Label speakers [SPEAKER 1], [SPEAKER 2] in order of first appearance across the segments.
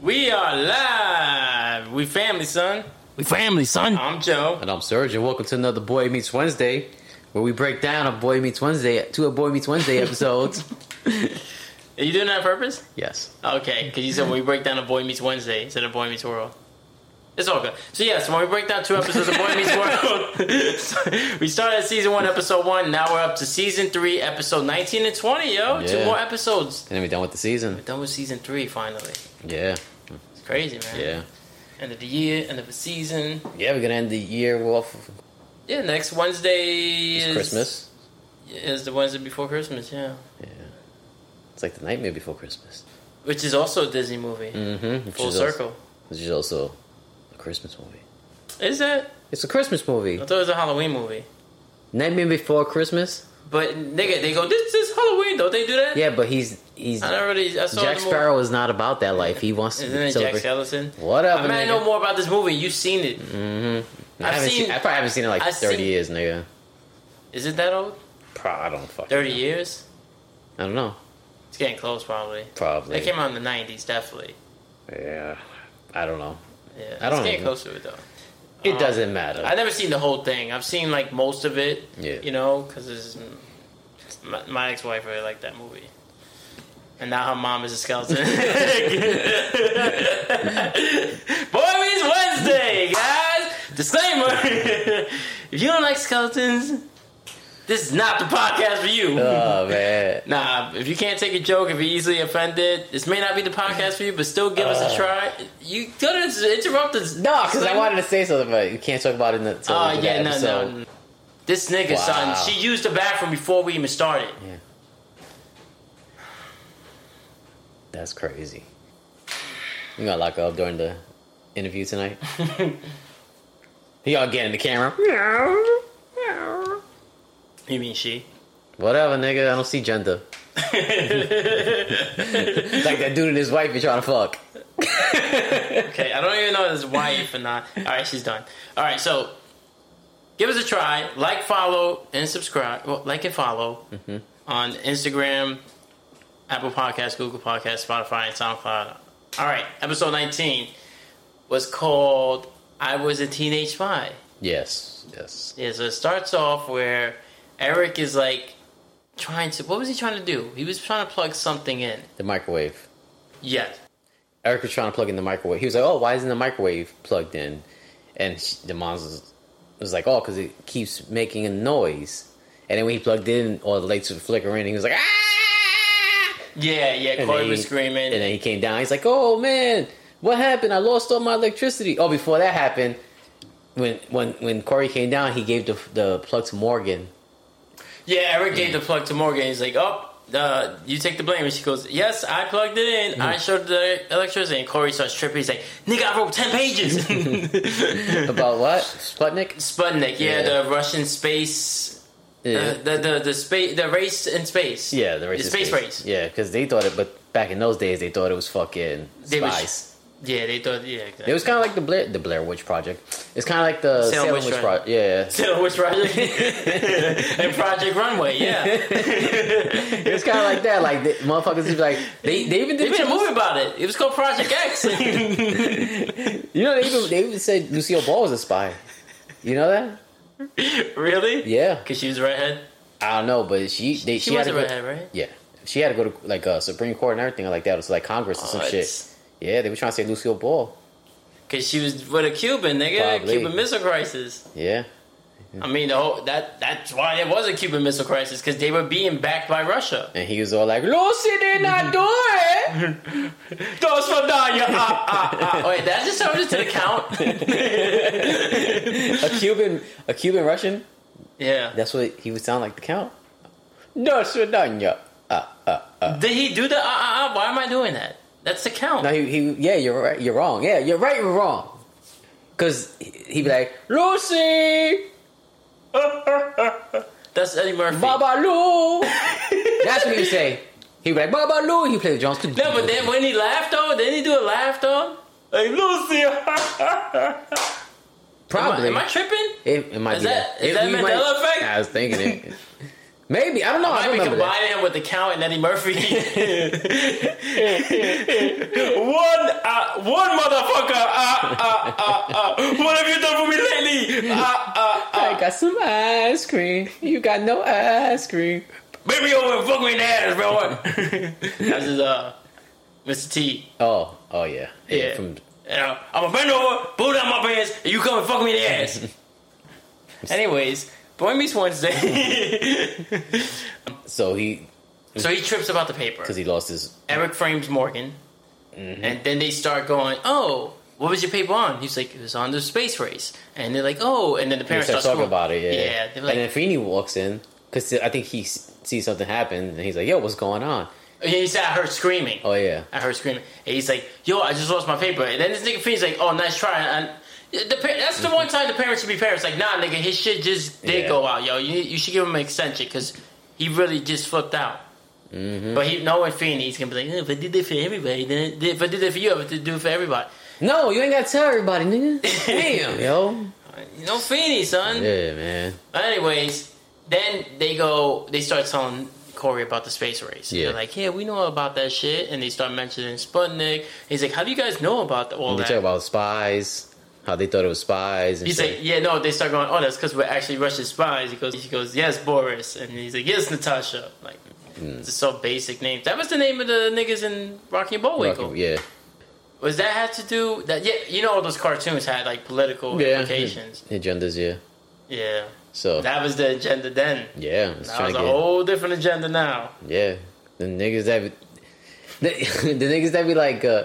[SPEAKER 1] We are live. We family, son.
[SPEAKER 2] We family, son.
[SPEAKER 1] I'm Joe.
[SPEAKER 2] And I'm Serge, and welcome to another Boy Meets Wednesday, where we break down a Boy Meets Wednesday, two of Boy Meets Wednesday episodes.
[SPEAKER 1] Are you doing that on purpose?
[SPEAKER 2] yes.
[SPEAKER 1] Okay, because you said when we break down a Boy Meets Wednesday instead of Boy Meets World. It's all good. So yeah, so when we break down two episodes of Boy Meets World, so we started at season one, episode one. Now we're up to season three, episode nineteen and twenty. Yo, two
[SPEAKER 2] Yeah.
[SPEAKER 1] more episodes.
[SPEAKER 2] And then we're done with the season.
[SPEAKER 1] Done with season three finally.
[SPEAKER 2] Yeah.
[SPEAKER 1] It's crazy, man.
[SPEAKER 2] Yeah.
[SPEAKER 1] End of the year, end of the season.
[SPEAKER 2] Yeah, we're going to end the year off
[SPEAKER 1] Yeah, next Wednesday
[SPEAKER 2] with
[SPEAKER 1] is
[SPEAKER 2] Christmas.
[SPEAKER 1] Is the Wednesday before Christmas? Yeah,
[SPEAKER 2] Yeah. It's like the nightmare before Christmas.
[SPEAKER 1] which is also a Disney movie.
[SPEAKER 2] Mm-hmm.
[SPEAKER 1] Full circle.
[SPEAKER 2] which is also a Christmas movie.
[SPEAKER 1] Is it?
[SPEAKER 2] It's a Christmas movie.
[SPEAKER 1] I thought it was a Halloween movie.
[SPEAKER 2] Nightmare Before Christmas?
[SPEAKER 1] But nigga, they go this is Halloween. Don't they do that?
[SPEAKER 2] Yeah, but he's he's
[SPEAKER 1] I don't really. I saw
[SPEAKER 2] Jack
[SPEAKER 1] the
[SPEAKER 2] Sparrow is not about that life. He wants to
[SPEAKER 1] Movie. Isn't it Jack
[SPEAKER 2] celebrate.
[SPEAKER 1] Skellington?
[SPEAKER 2] Whatever.
[SPEAKER 1] I mean, I
[SPEAKER 2] nigga.
[SPEAKER 1] know more about this movie. You've seen it.
[SPEAKER 2] Mm-hmm. I
[SPEAKER 1] I've
[SPEAKER 2] haven't seen,
[SPEAKER 1] seen-
[SPEAKER 2] I probably haven't seen it in like
[SPEAKER 1] I've
[SPEAKER 2] thirty
[SPEAKER 1] seen-
[SPEAKER 2] years, nigga.
[SPEAKER 1] Is it that old?
[SPEAKER 2] Pro- I don't fucking.
[SPEAKER 1] Thirty
[SPEAKER 2] know.
[SPEAKER 1] years?
[SPEAKER 2] I don't know.
[SPEAKER 1] It's getting close, probably.
[SPEAKER 2] Probably.
[SPEAKER 1] It came out in the nineties, definitely.
[SPEAKER 2] yeah. I don't know.
[SPEAKER 1] Yeah,
[SPEAKER 2] I
[SPEAKER 1] it's
[SPEAKER 2] don't
[SPEAKER 1] getting
[SPEAKER 2] even-
[SPEAKER 1] close to it though.
[SPEAKER 2] It
[SPEAKER 1] Um,
[SPEAKER 2] doesn't matter.
[SPEAKER 1] I've never seen the whole thing. I've seen like most of it.
[SPEAKER 2] Yeah.
[SPEAKER 1] You know, because my, my ex-wife really liked that movie, and now her mom is a skeleton. Boy Meets Wednesday, guys. Disclaimer: If you don't like skeletons, this is not the podcast for you.
[SPEAKER 2] oh man.
[SPEAKER 1] Nah, if you can't take a joke, if you're easily offended, this may not be the podcast for you, but still give us a try. You could interrupt us.
[SPEAKER 2] Uh. No, because I wanted to say something, but you can't talk about it in the.
[SPEAKER 1] Oh,
[SPEAKER 2] till the
[SPEAKER 1] yeah, no,
[SPEAKER 2] episode.
[SPEAKER 1] no. This nigga,
[SPEAKER 2] Wow.
[SPEAKER 1] son, she used the bathroom before we even started.
[SPEAKER 2] Yeah. That's crazy. You gonna lock her up during the interview tonight? he all get in the camera.
[SPEAKER 1] You mean she?
[SPEAKER 2] Whatever, nigga. I don't see gender. like that dude and his wife be trying to fuck.
[SPEAKER 1] Okay, I don't even know if it's wife or not. All right, she's done. All right, so give us a try. Like, follow, and subscribe. Well, like and follow
[SPEAKER 2] Mm-hmm.
[SPEAKER 1] on Instagram, Apple Podcasts, Google Podcasts, Spotify, and SoundCloud. All right, episode 19 was called I Was a Teenage Spy.
[SPEAKER 2] Yes, yes.
[SPEAKER 1] Yeah, so it starts off where Eric is like trying to. What was he trying to do? He was trying to plug something in.
[SPEAKER 2] The microwave.
[SPEAKER 1] Yes.
[SPEAKER 2] Eric was trying to plug in the microwave. He was like, "Oh, why isn't the microwave plugged in?" And sh the mom was, was like, "Oh, because it keeps making a noise." And then when he plugged in, all the lights would flicker in. And he was like, "Ah!"
[SPEAKER 1] Yeah, yeah.
[SPEAKER 2] And
[SPEAKER 1] Corey
[SPEAKER 2] then
[SPEAKER 1] was
[SPEAKER 2] he-
[SPEAKER 1] screaming.
[SPEAKER 2] And then he came down. He's like, "Oh man, what happened? I lost all my electricity." Oh, before that happened, when when when Corey came down, he gave the the plug to Morgan.
[SPEAKER 1] yeah, Eric
[SPEAKER 2] Mm.
[SPEAKER 1] gave the plug to Morgan. He's like, "Oh, uh, you take the blame." And she goes, "Yes, I plugged it in.
[SPEAKER 2] Mm.
[SPEAKER 1] I showed the electricity." And Corey starts tripping. He's like, "Nigga, I wrote ten pages."
[SPEAKER 2] About what?
[SPEAKER 1] Uh,
[SPEAKER 2] Sputnik?
[SPEAKER 1] Sputnik. Yeah,
[SPEAKER 2] Yeah.
[SPEAKER 1] the Russian space. uh,
[SPEAKER 2] Yeah.
[SPEAKER 1] The, the the the space the race in space.
[SPEAKER 2] yeah, the race.
[SPEAKER 1] the
[SPEAKER 2] is
[SPEAKER 1] space,
[SPEAKER 2] space.
[SPEAKER 1] race.
[SPEAKER 2] Yeah, because they thought it, but back in those days, they thought it was fucking
[SPEAKER 1] They was-
[SPEAKER 2] spies.
[SPEAKER 1] Yeah, they thought. Yeah, exactly.
[SPEAKER 2] It was kind of like the Blair, the Blair Witch Project. It's kind of like the Salem, Witch, Project. Yeah,
[SPEAKER 1] So which project? and Project Runway. Yeah.
[SPEAKER 2] it's kind of like that. Like the motherfuckers is like they they even
[SPEAKER 1] They
[SPEAKER 2] did
[SPEAKER 1] made a movie about it. It was called Project X.
[SPEAKER 2] You know they even they even said Lucille Ball was a spy. You know that?
[SPEAKER 1] really?
[SPEAKER 2] Yeah.
[SPEAKER 1] Because she was redhead.
[SPEAKER 2] I don't know, but she they,
[SPEAKER 1] She,
[SPEAKER 2] she, had
[SPEAKER 1] was a
[SPEAKER 2] to go,
[SPEAKER 1] redhead, right?
[SPEAKER 2] Yeah, she had to go to like uh, Supreme Court and everything like that. It was like Congress or
[SPEAKER 1] Oh,
[SPEAKER 2] some shit. Yeah, they were trying to say Lucille Ball.
[SPEAKER 1] Because she was with a Cuban nigga,
[SPEAKER 2] Probably.
[SPEAKER 1] Cuban Missile Crisis.
[SPEAKER 2] Yeah,
[SPEAKER 1] I mean, the whole that that's why it was a Cuban Missile Crisis because they were being backed by Russia.
[SPEAKER 2] and he was all like, "Lucy did not do it."
[SPEAKER 1] Those for Danya. Ah, ah, ah. Wait, that just sounded to the count.
[SPEAKER 2] a Cuban, a Cuban Russian.
[SPEAKER 1] yeah.
[SPEAKER 2] That's what he would sound like. The count. Uh, No, Swedanya.
[SPEAKER 1] Did he do the ah ah ah? Why am I doing that? That's the count.
[SPEAKER 2] No, he, he yeah, you're right. You're wrong. Yeah, you're right. You're wrong. Cause he- he'd be like, Lucy,
[SPEAKER 1] That's Eddie Murphy.
[SPEAKER 2] Baba Lou. That's what he'd say. He'd be like, Baba Lou. He played Johnston.
[SPEAKER 1] No, but then when he laughed though, didn't he do a laugh though? Like Lucy.
[SPEAKER 2] probably
[SPEAKER 1] Am I, am I tripping?
[SPEAKER 2] it, it might
[SPEAKER 1] Is
[SPEAKER 2] be
[SPEAKER 1] that-
[SPEAKER 2] that.
[SPEAKER 1] is
[SPEAKER 2] It-
[SPEAKER 1] that
[SPEAKER 2] we might-
[SPEAKER 1] Mandela effect?
[SPEAKER 2] I was thinking it. Maybe I don't know. I,
[SPEAKER 1] I've
[SPEAKER 2] don't
[SPEAKER 1] been
[SPEAKER 2] remember that.
[SPEAKER 1] combining him with the Count and Eddie Murphy. one, uh, one motherfucker. Uh, uh, uh, uh. What have you done for me lately? Uh, uh,
[SPEAKER 2] I got some ice cream. You got no ice cream.
[SPEAKER 1] bring me over and fuck me in the ass, bro. That's just uh, Mr. T.
[SPEAKER 2] Oh, oh yeah,
[SPEAKER 1] Yeah.
[SPEAKER 2] From
[SPEAKER 1] And I'm gonna bend over, pull down my pants, and you come and fuck me in the ass. Anyways, Boy Meets Wednesday.
[SPEAKER 2] so he
[SPEAKER 1] so he trips about the paper.
[SPEAKER 2] because he lost his
[SPEAKER 1] Eric frames Morgan,
[SPEAKER 2] Mm-hmm.
[SPEAKER 1] and then they start going, "Oh, what was your paper on?" He's like, "It was on the space race." And they're like, "Oh," and then the
[SPEAKER 2] They
[SPEAKER 1] parents
[SPEAKER 2] start
[SPEAKER 1] start
[SPEAKER 2] talking about it. Yeah,
[SPEAKER 1] yeah. They're
[SPEAKER 2] and then
[SPEAKER 1] like,
[SPEAKER 2] Feeney walks in because I think he s- sees something happen, and he's like, "Yo, what's going on?"
[SPEAKER 1] he said, "I heard screaming."
[SPEAKER 2] Oh yeah,
[SPEAKER 1] I heard screaming. And he's like, "Yo, I just lost my paper." And then this nigga Fiend's like, "Oh, nice try." And the par- that's the one time the parents should be parents. Like, nah, nigga, his shit just did
[SPEAKER 2] Yeah.
[SPEAKER 1] go out, yo. You you should give him an extension because he really just flipped out.
[SPEAKER 2] Mm-hmm.
[SPEAKER 1] But he knowing Fiend, he's gonna be like, "Yeah, if I did that for everybody, then if I did that for you, I would do it for everybody.
[SPEAKER 2] no, you ain't gotta tell everybody, nigga. Damn, yo,
[SPEAKER 1] You know, Feeny, son.
[SPEAKER 2] yeah, man.
[SPEAKER 1] But anyways, then they go, they start telling Corey about the space race.
[SPEAKER 2] Yeah.
[SPEAKER 1] They're like, yeah, we know all about that shit. And they start mentioning Sputnik. He's like, how do you guys know about all
[SPEAKER 2] They
[SPEAKER 1] that?
[SPEAKER 2] talk about spies, how they thought it was spies. And
[SPEAKER 1] He's
[SPEAKER 2] shit.
[SPEAKER 1] like, yeah, no. They start going, oh, that's because we're actually Russian spies. He goes, he goes, yes, Boris, and he's like, yes, Natasha. Like,
[SPEAKER 2] Hmm.
[SPEAKER 1] it's so basic names. That was the name of the niggas in Rocky and Bullwinkle.
[SPEAKER 2] Rocky- yeah,
[SPEAKER 1] Was that had to do that? Yeah, you know, all those cartoons had like political
[SPEAKER 2] yeah,
[SPEAKER 1] implications.
[SPEAKER 2] agendas, yeah.
[SPEAKER 1] Yeah,
[SPEAKER 2] So
[SPEAKER 1] that was the agenda then.
[SPEAKER 2] yeah, it's
[SPEAKER 1] That
[SPEAKER 2] trying
[SPEAKER 1] was
[SPEAKER 2] to
[SPEAKER 1] a
[SPEAKER 2] get
[SPEAKER 1] whole different agenda now.
[SPEAKER 2] yeah. The niggas that be, the, the niggas that be like. Uh,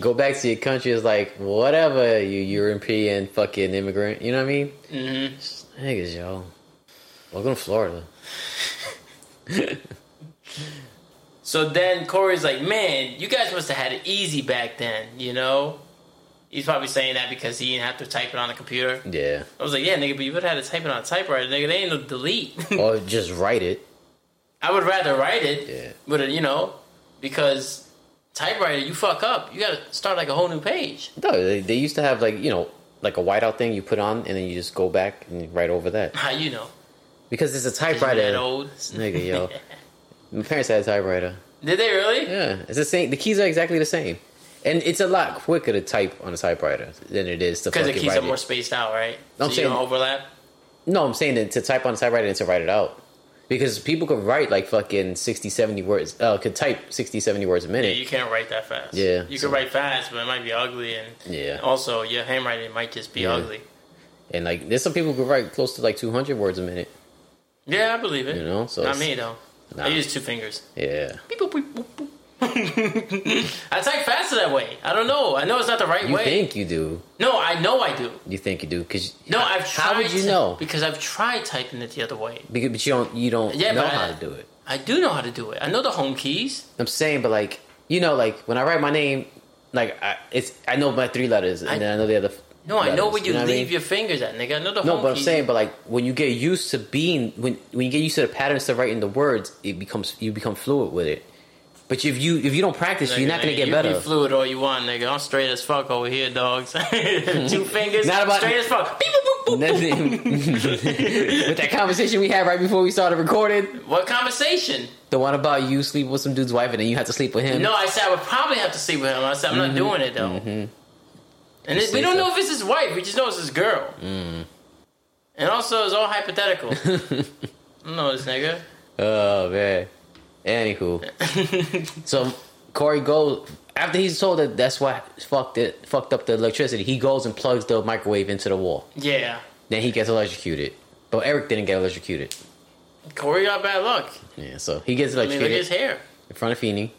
[SPEAKER 2] Go back to your country is like whatever you European fucking immigrant. You know what I mean?
[SPEAKER 1] hmm
[SPEAKER 2] Niggas, yo. Welcome to Florida.
[SPEAKER 1] So then Corey's like, man, you guys must have had it easy back then. You know, he's probably saying that because he didn't have to type it on the computer.
[SPEAKER 2] Yeah.
[SPEAKER 1] I was like, yeah, nigga, but you would have had to type it on a typewriter, nigga. They ain't no delete.
[SPEAKER 2] or just write it.
[SPEAKER 1] I would rather write it,
[SPEAKER 2] Yeah.
[SPEAKER 1] but you know, because typewriter, you fuck up. You gotta start like a whole new page.
[SPEAKER 2] No, they, they used to have like you know like a whiteout thing you put on and then you just go back and write over that
[SPEAKER 1] How you know?
[SPEAKER 2] because it's a
[SPEAKER 1] 'Cause you that
[SPEAKER 2] typewriter.
[SPEAKER 1] old.
[SPEAKER 2] Nigga, yo. My parents had a typewriter.
[SPEAKER 1] Did they really?
[SPEAKER 2] Yeah, it's the same. The keys are exactly the same, and it's a lot quicker to type on a typewriter than it is to
[SPEAKER 1] Because
[SPEAKER 2] fucking
[SPEAKER 1] the keys
[SPEAKER 2] write
[SPEAKER 1] are more
[SPEAKER 2] it.
[SPEAKER 1] spaced out, right? so
[SPEAKER 2] I'm
[SPEAKER 1] you
[SPEAKER 2] saying-
[SPEAKER 1] don't overlap.
[SPEAKER 2] No, I'm saying that to type on a typewriter and to write it out. Because people could write like fucking 60, 70 words, uh, could type 60, 70 words a
[SPEAKER 1] Yeah,
[SPEAKER 2] minute.
[SPEAKER 1] you can't write that fast.
[SPEAKER 2] Yeah,
[SPEAKER 1] you
[SPEAKER 2] so-
[SPEAKER 1] can write fast, but it might be ugly, and
[SPEAKER 2] Yeah.
[SPEAKER 1] also your handwriting might just be
[SPEAKER 2] Yeah.
[SPEAKER 1] ugly.
[SPEAKER 2] And like, there's some people who could write close to like 200 words a minute,
[SPEAKER 1] Yeah, I believe it.
[SPEAKER 2] you know? So
[SPEAKER 1] Not
[SPEAKER 2] it's-
[SPEAKER 1] me though.
[SPEAKER 2] Nah.
[SPEAKER 1] I use two fingers.
[SPEAKER 2] Yeah.
[SPEAKER 1] Beep, boop, beep, boop, boop. I type faster that way. I don't know. I know it's not the right
[SPEAKER 2] You
[SPEAKER 1] way.
[SPEAKER 2] think you do.
[SPEAKER 1] No, I know I do.
[SPEAKER 2] You think you do because
[SPEAKER 1] No, I've tried.
[SPEAKER 2] How would you
[SPEAKER 1] to-
[SPEAKER 2] know?
[SPEAKER 1] Because I've tried typing it the other way.
[SPEAKER 2] Because, but you don't. You don't
[SPEAKER 1] Yeah,
[SPEAKER 2] know
[SPEAKER 1] but
[SPEAKER 2] how
[SPEAKER 1] I-
[SPEAKER 2] to do it.
[SPEAKER 1] I do know how to do it. I know the home keys.
[SPEAKER 2] I'm saying, but like you know, like when I write my name, like I, it's I know my three letters, and
[SPEAKER 1] I-
[SPEAKER 2] then I know the other. f-
[SPEAKER 1] No, I know
[SPEAKER 2] letters,
[SPEAKER 1] where you,
[SPEAKER 2] what I
[SPEAKER 1] leave
[SPEAKER 2] mean?
[SPEAKER 1] your fingers at, nigga. I know the
[SPEAKER 2] No,
[SPEAKER 1] home
[SPEAKER 2] but I'm
[SPEAKER 1] keys.
[SPEAKER 2] saying, but like when you get used to being when when you get used to the patterns to writing the words, it becomes you become fluid with it. But if you if you don't practice,
[SPEAKER 1] Nigga,
[SPEAKER 2] you're not gonna
[SPEAKER 1] nigga,
[SPEAKER 2] get
[SPEAKER 1] you
[SPEAKER 2] better.
[SPEAKER 1] be fluid all you want, nigga. I'm straight as fuck over here, dogs. Two fingers.
[SPEAKER 2] Not about-
[SPEAKER 1] straight as fuck. Beep, boop, boop, boop.
[SPEAKER 2] with that conversation we had right before we started recording,
[SPEAKER 1] What conversation?
[SPEAKER 2] the one about you sleep with some dude's wife and then you have to sleep with him.
[SPEAKER 1] No, I said I would probably have to sleep with him. I said I'm not doing it though. And it, we
[SPEAKER 2] say
[SPEAKER 1] don't
[SPEAKER 2] so. Mm.
[SPEAKER 1] know if it's his wife. We just know it's his girl. And also, it's all hypothetical. I don't know this nigga.
[SPEAKER 2] Oh man. Anywho, so Corey goes after he's told that that's why fucked it, fucked up the electricity. He goes and plugs the microwave into the wall.
[SPEAKER 1] Yeah,
[SPEAKER 2] Then he gets electrocuted, but Eric didn't get electrocuted.
[SPEAKER 1] Corey got bad luck.
[SPEAKER 2] Yeah, so he gets
[SPEAKER 1] I mean, look at his
[SPEAKER 2] electrocuted
[SPEAKER 1] hair.
[SPEAKER 2] in front of Feeney.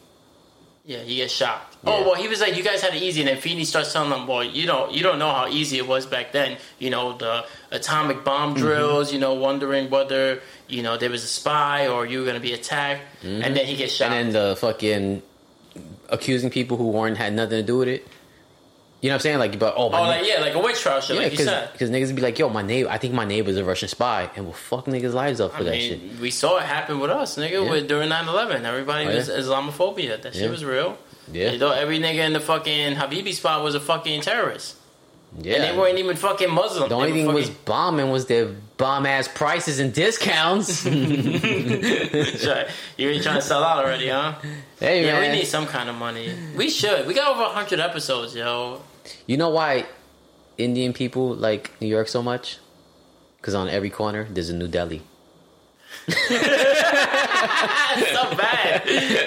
[SPEAKER 1] Yeah, he gets shocked.
[SPEAKER 2] Yeah.
[SPEAKER 1] Oh well, he was like, "You guys had it easy," and then Feeney starts telling them, "Boy, you don't, you don't know how easy it was back then. You know the atomic bomb
[SPEAKER 2] Mm-hmm.
[SPEAKER 1] drills. You know, wondering whether you know there was a spy or you were going to be attacked." And then he gets shot.
[SPEAKER 2] Mm-hmm. and then the fucking accusing people who weren't had nothing to do with it. You know what I'm saying? Like, but oh my,
[SPEAKER 1] oh, like yeah, like a witch trial shit, like you
[SPEAKER 2] because
[SPEAKER 1] said.
[SPEAKER 2] niggas be like, yo, my neighbor, I think my neighbor's a Russian spy, and will fuck niggas' lives up for
[SPEAKER 1] I
[SPEAKER 2] that shit.
[SPEAKER 1] mean, we saw it happen with us, nigga.
[SPEAKER 2] Yeah.
[SPEAKER 1] With, during 9-11. everybody
[SPEAKER 2] Oh, yeah.
[SPEAKER 1] was Islamophobia. That
[SPEAKER 2] Yeah.
[SPEAKER 1] shit was real.
[SPEAKER 2] Yeah.
[SPEAKER 1] They thought every nigga in the fucking Habibi spot was a fucking terrorist,
[SPEAKER 2] Yeah,
[SPEAKER 1] and they weren't even fucking Muslim.
[SPEAKER 2] The
[SPEAKER 1] They
[SPEAKER 2] only
[SPEAKER 1] were
[SPEAKER 2] thing was
[SPEAKER 1] fucking-
[SPEAKER 2] bombing was their bomb ass prices and discounts. hey
[SPEAKER 1] Sure. You ain't trying to sell out already, huh? Yeah, we
[SPEAKER 2] man,
[SPEAKER 1] need some kind of money. We should. We got over 100 episodes, yo.
[SPEAKER 2] you know why Indian people like New York so much? Because on every corner there's a new deli.
[SPEAKER 1] That's so bad.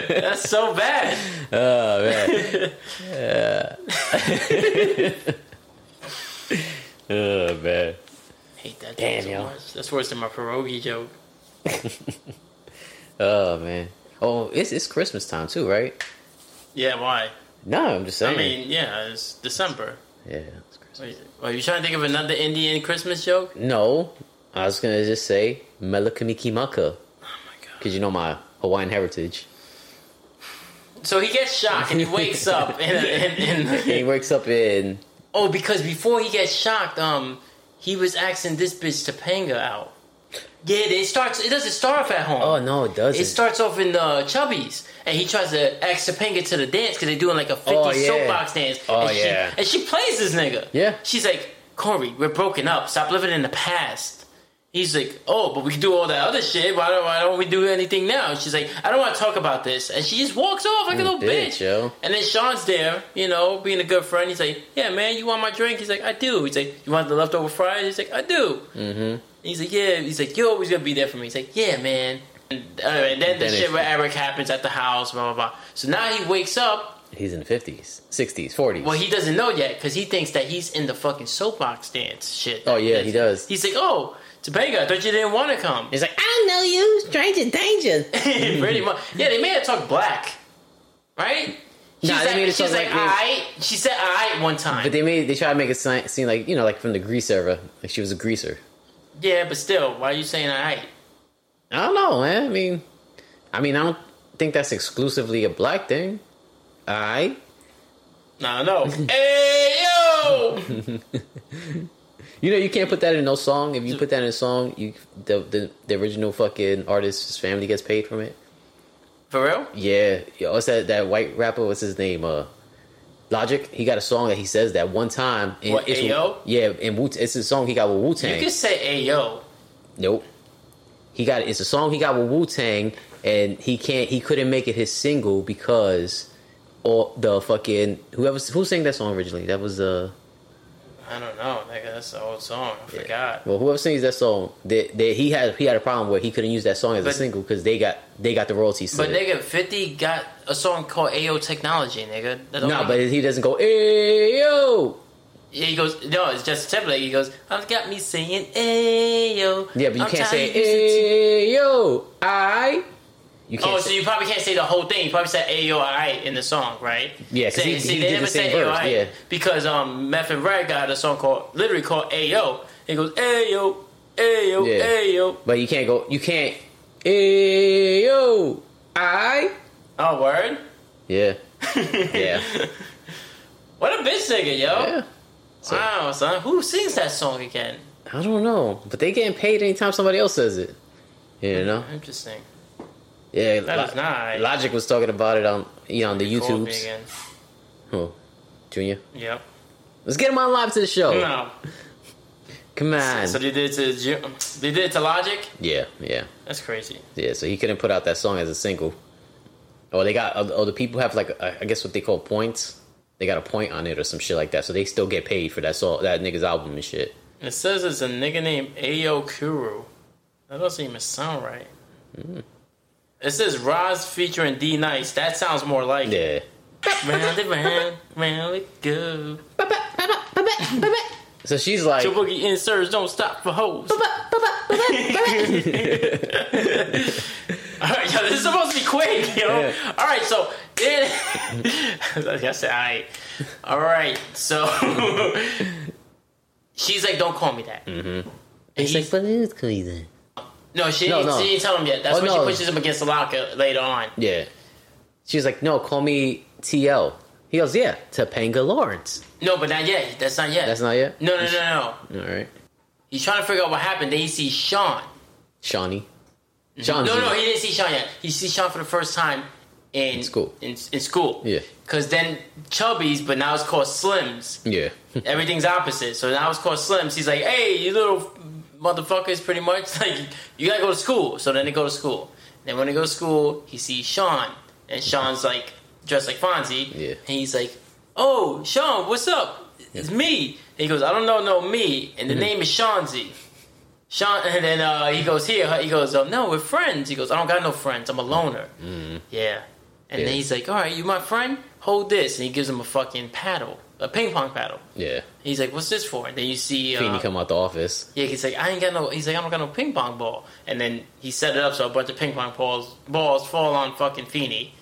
[SPEAKER 1] That's so bad.
[SPEAKER 2] Oh man. oh man.
[SPEAKER 1] hate that joke
[SPEAKER 2] Damn,
[SPEAKER 1] so
[SPEAKER 2] yo.
[SPEAKER 1] much. That's worse than my pierogi joke.
[SPEAKER 2] Oh man. Oh, it's it's Christmas time too, right?
[SPEAKER 1] Yeah, why?
[SPEAKER 2] No, I'm just saying.
[SPEAKER 1] I mean, yeah, it's December.
[SPEAKER 2] yeah, it's
[SPEAKER 1] Wait,
[SPEAKER 2] Christmas.
[SPEAKER 1] are you trying to think of another Indian Christmas joke?
[SPEAKER 2] No, I was gonna just say Melakamikimaka
[SPEAKER 1] Oh my god.
[SPEAKER 2] because you know my Hawaiian heritage.
[SPEAKER 1] So he gets shocked and he wakes up and, and, and
[SPEAKER 2] And he wakes up in
[SPEAKER 1] oh, because before he gets shocked, um, he was asking this bitch Topanga out. Yeah, it starts. It doesn't start off at home.
[SPEAKER 2] oh no, it doesn't.
[SPEAKER 1] It starts off in uh, Chubby's, and he tries to ask Topanga to the dance because they're doing like a 50
[SPEAKER 2] Oh, yeah.
[SPEAKER 1] soapbox dance.
[SPEAKER 2] Oh,
[SPEAKER 1] and she,
[SPEAKER 2] yeah.
[SPEAKER 1] And she plays this nigga.
[SPEAKER 2] Yeah.
[SPEAKER 1] She's like, Corey, we're broken up. Stop living in the past. He's like, oh, but we can do all that other shit. Why don't, why don't we do anything now? She's like, I don't want to talk about this. And she just walks off like a
[SPEAKER 2] Mm,
[SPEAKER 1] little
[SPEAKER 2] bitch,
[SPEAKER 1] bitch.
[SPEAKER 2] yo.
[SPEAKER 1] And then Sean's there, you know, being a good friend. He's like, yeah, man, you want my drink? He's like, I do. He's like, you want the leftover fries? He's like, I do. He's like, yeah. He's like, you're always gonna be there for me. He's like, yeah, man. And, uh, and then the
[SPEAKER 2] Then
[SPEAKER 1] shit
[SPEAKER 2] it-
[SPEAKER 1] with Eric happens at the house, blah blah blah. So now he wakes up.
[SPEAKER 2] He's in the fifties, sixties, forties.
[SPEAKER 1] Well, he doesn't know yet because he thinks that he's in the fucking soapbox dance shit.
[SPEAKER 2] oh yeah, he does.
[SPEAKER 1] He's like, oh, Topanga, I thought you didn't want to come.
[SPEAKER 2] He's like, I know you, stranger danger.
[SPEAKER 1] Pretty much. Yeah, they made her talk black, right? She's
[SPEAKER 2] Nah, they
[SPEAKER 1] like,
[SPEAKER 2] made her
[SPEAKER 1] she's
[SPEAKER 2] talk
[SPEAKER 1] like,
[SPEAKER 2] like
[SPEAKER 1] all
[SPEAKER 2] this.
[SPEAKER 1] right. She said, all right, one time.
[SPEAKER 2] But they made they try to make it si- seem like you know, like from the grease era, like she was a greaser.
[SPEAKER 1] yeah, but still, why are you saying all right?
[SPEAKER 2] I don't know, man. I mean, I mean, I don't think that's exclusively a black thing. All right.
[SPEAKER 1] No, no. hey yo.
[SPEAKER 2] You know, you can't put that in no song. If you put that in a song, you the the, the original fucking artist's family gets paid from it.
[SPEAKER 1] For real?
[SPEAKER 2] Yeah, yo, what's that? That white rapper? What's his name? Uh, Logic. He got a song that he says that one time. And
[SPEAKER 1] What,
[SPEAKER 2] it's,
[SPEAKER 1] Ayo?
[SPEAKER 2] Yeah, and Wu, it's a song he got with Wu Tang.
[SPEAKER 1] You can say "Ayo."
[SPEAKER 2] Nope. He got it's a song he got with Wu Tang, and he can't he couldn't make it his single because all the fucking whoever who sang that song originally that was uh
[SPEAKER 1] I don't know, nigga. That's an old song. I forgot.
[SPEAKER 2] well whoever sings that song that that he had he had a problem where he couldn't use that song as
[SPEAKER 1] But-
[SPEAKER 2] a single because they got they got the royalties.
[SPEAKER 1] But
[SPEAKER 2] to it.
[SPEAKER 1] nigga, Fifty got a song called "Ayo Technology," nigga. That don't
[SPEAKER 2] no,
[SPEAKER 1] make-
[SPEAKER 2] but he doesn't go ayo.
[SPEAKER 1] yeah, he goes, no, it's just Timberlake. He goes, "I've got me saying Ayo."
[SPEAKER 2] Yeah, but you
[SPEAKER 1] I'm tired
[SPEAKER 2] can't say
[SPEAKER 1] of using t-
[SPEAKER 2] ayo. I you
[SPEAKER 1] Oh,
[SPEAKER 2] can't.
[SPEAKER 1] so
[SPEAKER 2] say,
[SPEAKER 1] you probably can't say the whole thing. You probably said "Ayo, alright" in the song, right?
[SPEAKER 2] Yeah,
[SPEAKER 1] Say-
[SPEAKER 2] 'cause he-
[SPEAKER 1] see,
[SPEAKER 2] he
[SPEAKER 1] they
[SPEAKER 2] did
[SPEAKER 1] never
[SPEAKER 2] the
[SPEAKER 1] say
[SPEAKER 2] same
[SPEAKER 1] "Ayo,
[SPEAKER 2] verse,
[SPEAKER 1] alright,"
[SPEAKER 2] yeah.
[SPEAKER 1] because um, Method Red got a song called literally called "Ayo." He goes, "Ayo, Ayo,
[SPEAKER 2] Yeah.
[SPEAKER 1] Ayo."
[SPEAKER 2] but you can't go. You can't ayo. I
[SPEAKER 1] Oh, word.
[SPEAKER 2] yeah yeah.
[SPEAKER 1] What a bitch nigga, yo.
[SPEAKER 2] Yeah. So-
[SPEAKER 1] Wow, son. Who sings that song again?
[SPEAKER 2] I don't know, but they getting paid anytime somebody else says it. You know?
[SPEAKER 1] Interesting.
[SPEAKER 2] Yeah,
[SPEAKER 1] Mm. That is not right.
[SPEAKER 2] Logic was talking about it on you know on the
[SPEAKER 1] Called me
[SPEAKER 2] YouTubes.
[SPEAKER 1] again.
[SPEAKER 2] Oh, Junior,
[SPEAKER 1] Yep.
[SPEAKER 2] let's get him on live to the show.
[SPEAKER 1] No.
[SPEAKER 2] Come on.
[SPEAKER 1] So they did it to Ju- they did it to Logic.
[SPEAKER 2] yeah, yeah,
[SPEAKER 1] That's crazy.
[SPEAKER 2] yeah. So he couldn't put out that song as a single. Or they got oh the people have like uh, I guess what they call points. They got a point on it or some shit like that. So they still get paid for that song that nigga's album and shit.
[SPEAKER 1] It says it's a nigga named Ayo Kuru. That doesn't even sound right.
[SPEAKER 2] Mm.
[SPEAKER 1] It says Roz featuring D Nice. That sounds more like it.
[SPEAKER 2] Yeah.
[SPEAKER 1] Round and round, round we go.
[SPEAKER 2] So she's like,
[SPEAKER 1] The boogie inserts don't stop for hoes. All right, yo, this is supposed to be quick, yo.
[SPEAKER 2] Yeah.
[SPEAKER 1] All right, so then, like I said, all right, all right, so she's like, "Don't call me that." Mm-hmm.
[SPEAKER 2] it's like, but it is crazy. then."
[SPEAKER 1] no, she
[SPEAKER 2] No,
[SPEAKER 1] didn't,
[SPEAKER 2] no.
[SPEAKER 1] she didn't tell him yet. That's
[SPEAKER 2] Oh,
[SPEAKER 1] when
[SPEAKER 2] no.
[SPEAKER 1] she pushes him against the locker later on.
[SPEAKER 2] Yeah. She was like, no, call me TL. He goes, yeah, Topanga Lawrence.
[SPEAKER 1] No, but not yet. That's not yet.
[SPEAKER 2] That's not yet?
[SPEAKER 1] no, no, no, no.
[SPEAKER 2] All right.
[SPEAKER 1] He's trying to figure out what happened. Then he sees Sean.
[SPEAKER 2] Shawnee. Shawnee.
[SPEAKER 1] Mm-hmm. No, no, he didn't see Sean yet. He sees Sean for the first time in,
[SPEAKER 2] school.
[SPEAKER 1] In, in school.
[SPEAKER 2] Yeah.
[SPEAKER 1] Because then Chubby's, but now it's called Slim's.
[SPEAKER 2] Yeah.
[SPEAKER 1] Everything's opposite. So now it's called Slims. He's like, hey, you little motherfuckers pretty much. Like you gotta go to school. So then they go to school. Then when they go to school, he sees Sean, and Sean's like dressed like Fonzie.
[SPEAKER 2] Yeah.
[SPEAKER 1] And he's like, "Oh, Sean, what's up? It's me." And he goes, "I don't know, no me." And the
[SPEAKER 2] Mm-hmm.
[SPEAKER 1] name is Seanzy. Sean, and then uh, he goes here. He goes, um, "No, we're friends." He goes, "I don't got no friends. I'm a loner." Yeah. And
[SPEAKER 2] Mm-hmm. Yeah.
[SPEAKER 1] then he's like, "All right, you my friend? Hold this." And he gives him a fucking paddle, a ping pong paddle.
[SPEAKER 2] Yeah.
[SPEAKER 1] He's like, "What's this for?" And then you see, uh,
[SPEAKER 2] Feeny come out the office.
[SPEAKER 1] yeah, he's like, "I ain't got no." He's like, "I don't got no ping pong ball." And then he set it up so a bunch of ping pong balls balls fall on fucking Feeney.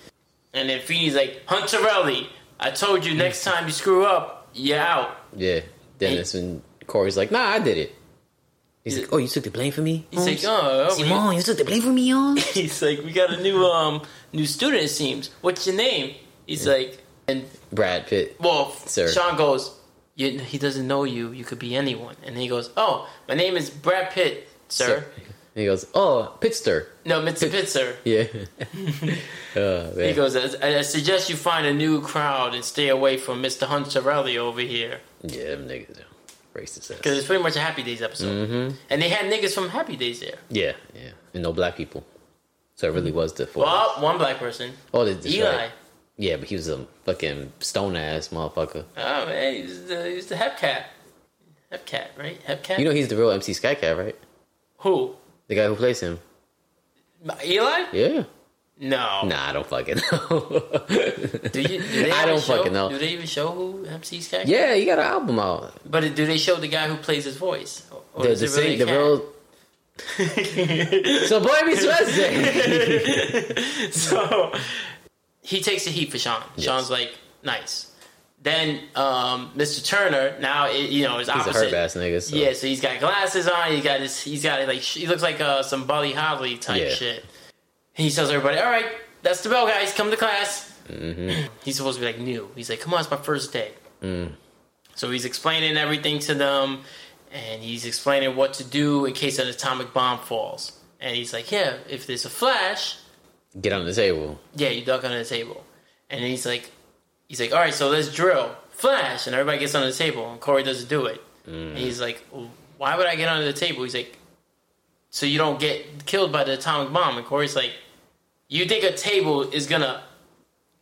[SPEAKER 1] And then Feeney's like, "Hunterelli, I told you next time you screw up, you're out."
[SPEAKER 2] Yeah. Then that's when Corey's like, nah, I did it. He's like, oh, you took the blame for me?
[SPEAKER 1] He's like,
[SPEAKER 2] Holmes?
[SPEAKER 1] "Oh, we-
[SPEAKER 2] Simone, you took the blame for me, on?
[SPEAKER 1] he's like, we got a new um new student. It seems. What's your name?" He's like, and
[SPEAKER 2] Brad Pitt.
[SPEAKER 1] Well,
[SPEAKER 2] Sir.
[SPEAKER 1] Sean goes, you, he doesn't know you. You could be anyone. And he goes, oh, my name is Brad Pitt, sir.
[SPEAKER 2] And he goes, oh, Pitster.
[SPEAKER 1] No, Mr. Pitt, sir.
[SPEAKER 2] Yeah. oh,
[SPEAKER 1] He
[SPEAKER 2] man.
[SPEAKER 1] goes, I, I suggest you find a new crowd and stay away from Mr. Hunterelli over here.
[SPEAKER 2] Yeah, them niggas are racist ass.
[SPEAKER 1] Because it's pretty much a Happy Days episode.
[SPEAKER 2] Mm-hmm.
[SPEAKER 1] And they had niggas from Happy Days there.
[SPEAKER 2] Yeah, yeah. And no black people. So it really was the four.
[SPEAKER 1] Well, one black person,
[SPEAKER 2] oh, that's that's
[SPEAKER 1] Eli.
[SPEAKER 2] right. Yeah, but he was a fucking stone ass motherfucker.
[SPEAKER 1] Oh, man, he was the, he was the Hepcat. Hepcat, right? Hepcat?
[SPEAKER 2] You know he's the real MC Skycat, right?
[SPEAKER 1] Who?
[SPEAKER 2] The guy who plays him.
[SPEAKER 1] Eli?
[SPEAKER 2] Yeah.
[SPEAKER 1] No.
[SPEAKER 2] Nah, I don't fucking know.
[SPEAKER 1] Do you, do they
[SPEAKER 2] I
[SPEAKER 1] even
[SPEAKER 2] don't
[SPEAKER 1] show,
[SPEAKER 2] fucking know.
[SPEAKER 1] Do they even show who MC Skycat is?
[SPEAKER 2] yeah, he got an album out.
[SPEAKER 1] But do they show the guy who plays his voice? Or- Or
[SPEAKER 2] The,
[SPEAKER 1] is
[SPEAKER 2] the,
[SPEAKER 1] it really
[SPEAKER 2] sing, the
[SPEAKER 1] a cat?
[SPEAKER 2] real. So boy meets Wednesday.
[SPEAKER 1] so he takes the heat for Sean. Sean's like, nice. Then um, Mr. Turner, now it, you know, is
[SPEAKER 2] He's a
[SPEAKER 1] opposite.
[SPEAKER 2] herb ass nigga. So.
[SPEAKER 1] Yeah, so he's got glasses on. He got his. He's got like. He looks like uh, some Buddy Holly type
[SPEAKER 2] Yeah.
[SPEAKER 1] shit. He tells everybody, "All right, that's the bell, guys. Come to class."
[SPEAKER 2] Mm-hmm.
[SPEAKER 1] he's supposed to be like new. He's like, "Come on, it's my first day."
[SPEAKER 2] Mm.
[SPEAKER 1] So he's explaining everything to them, and he's explaining what to do in case an atomic bomb falls. And he's like, "Yeah, if there's a flash,
[SPEAKER 2] Get on the table.
[SPEAKER 1] yeah, you duck under the table. And then he's like, he's like, all right, so let's drill, flash, and everybody gets under the table, and Corey doesn't do it.
[SPEAKER 2] Mm.
[SPEAKER 1] And he's like, why would I get under the table? He's like, so you don't get killed by the atomic bomb. And Corey's like, you think a table is gonna?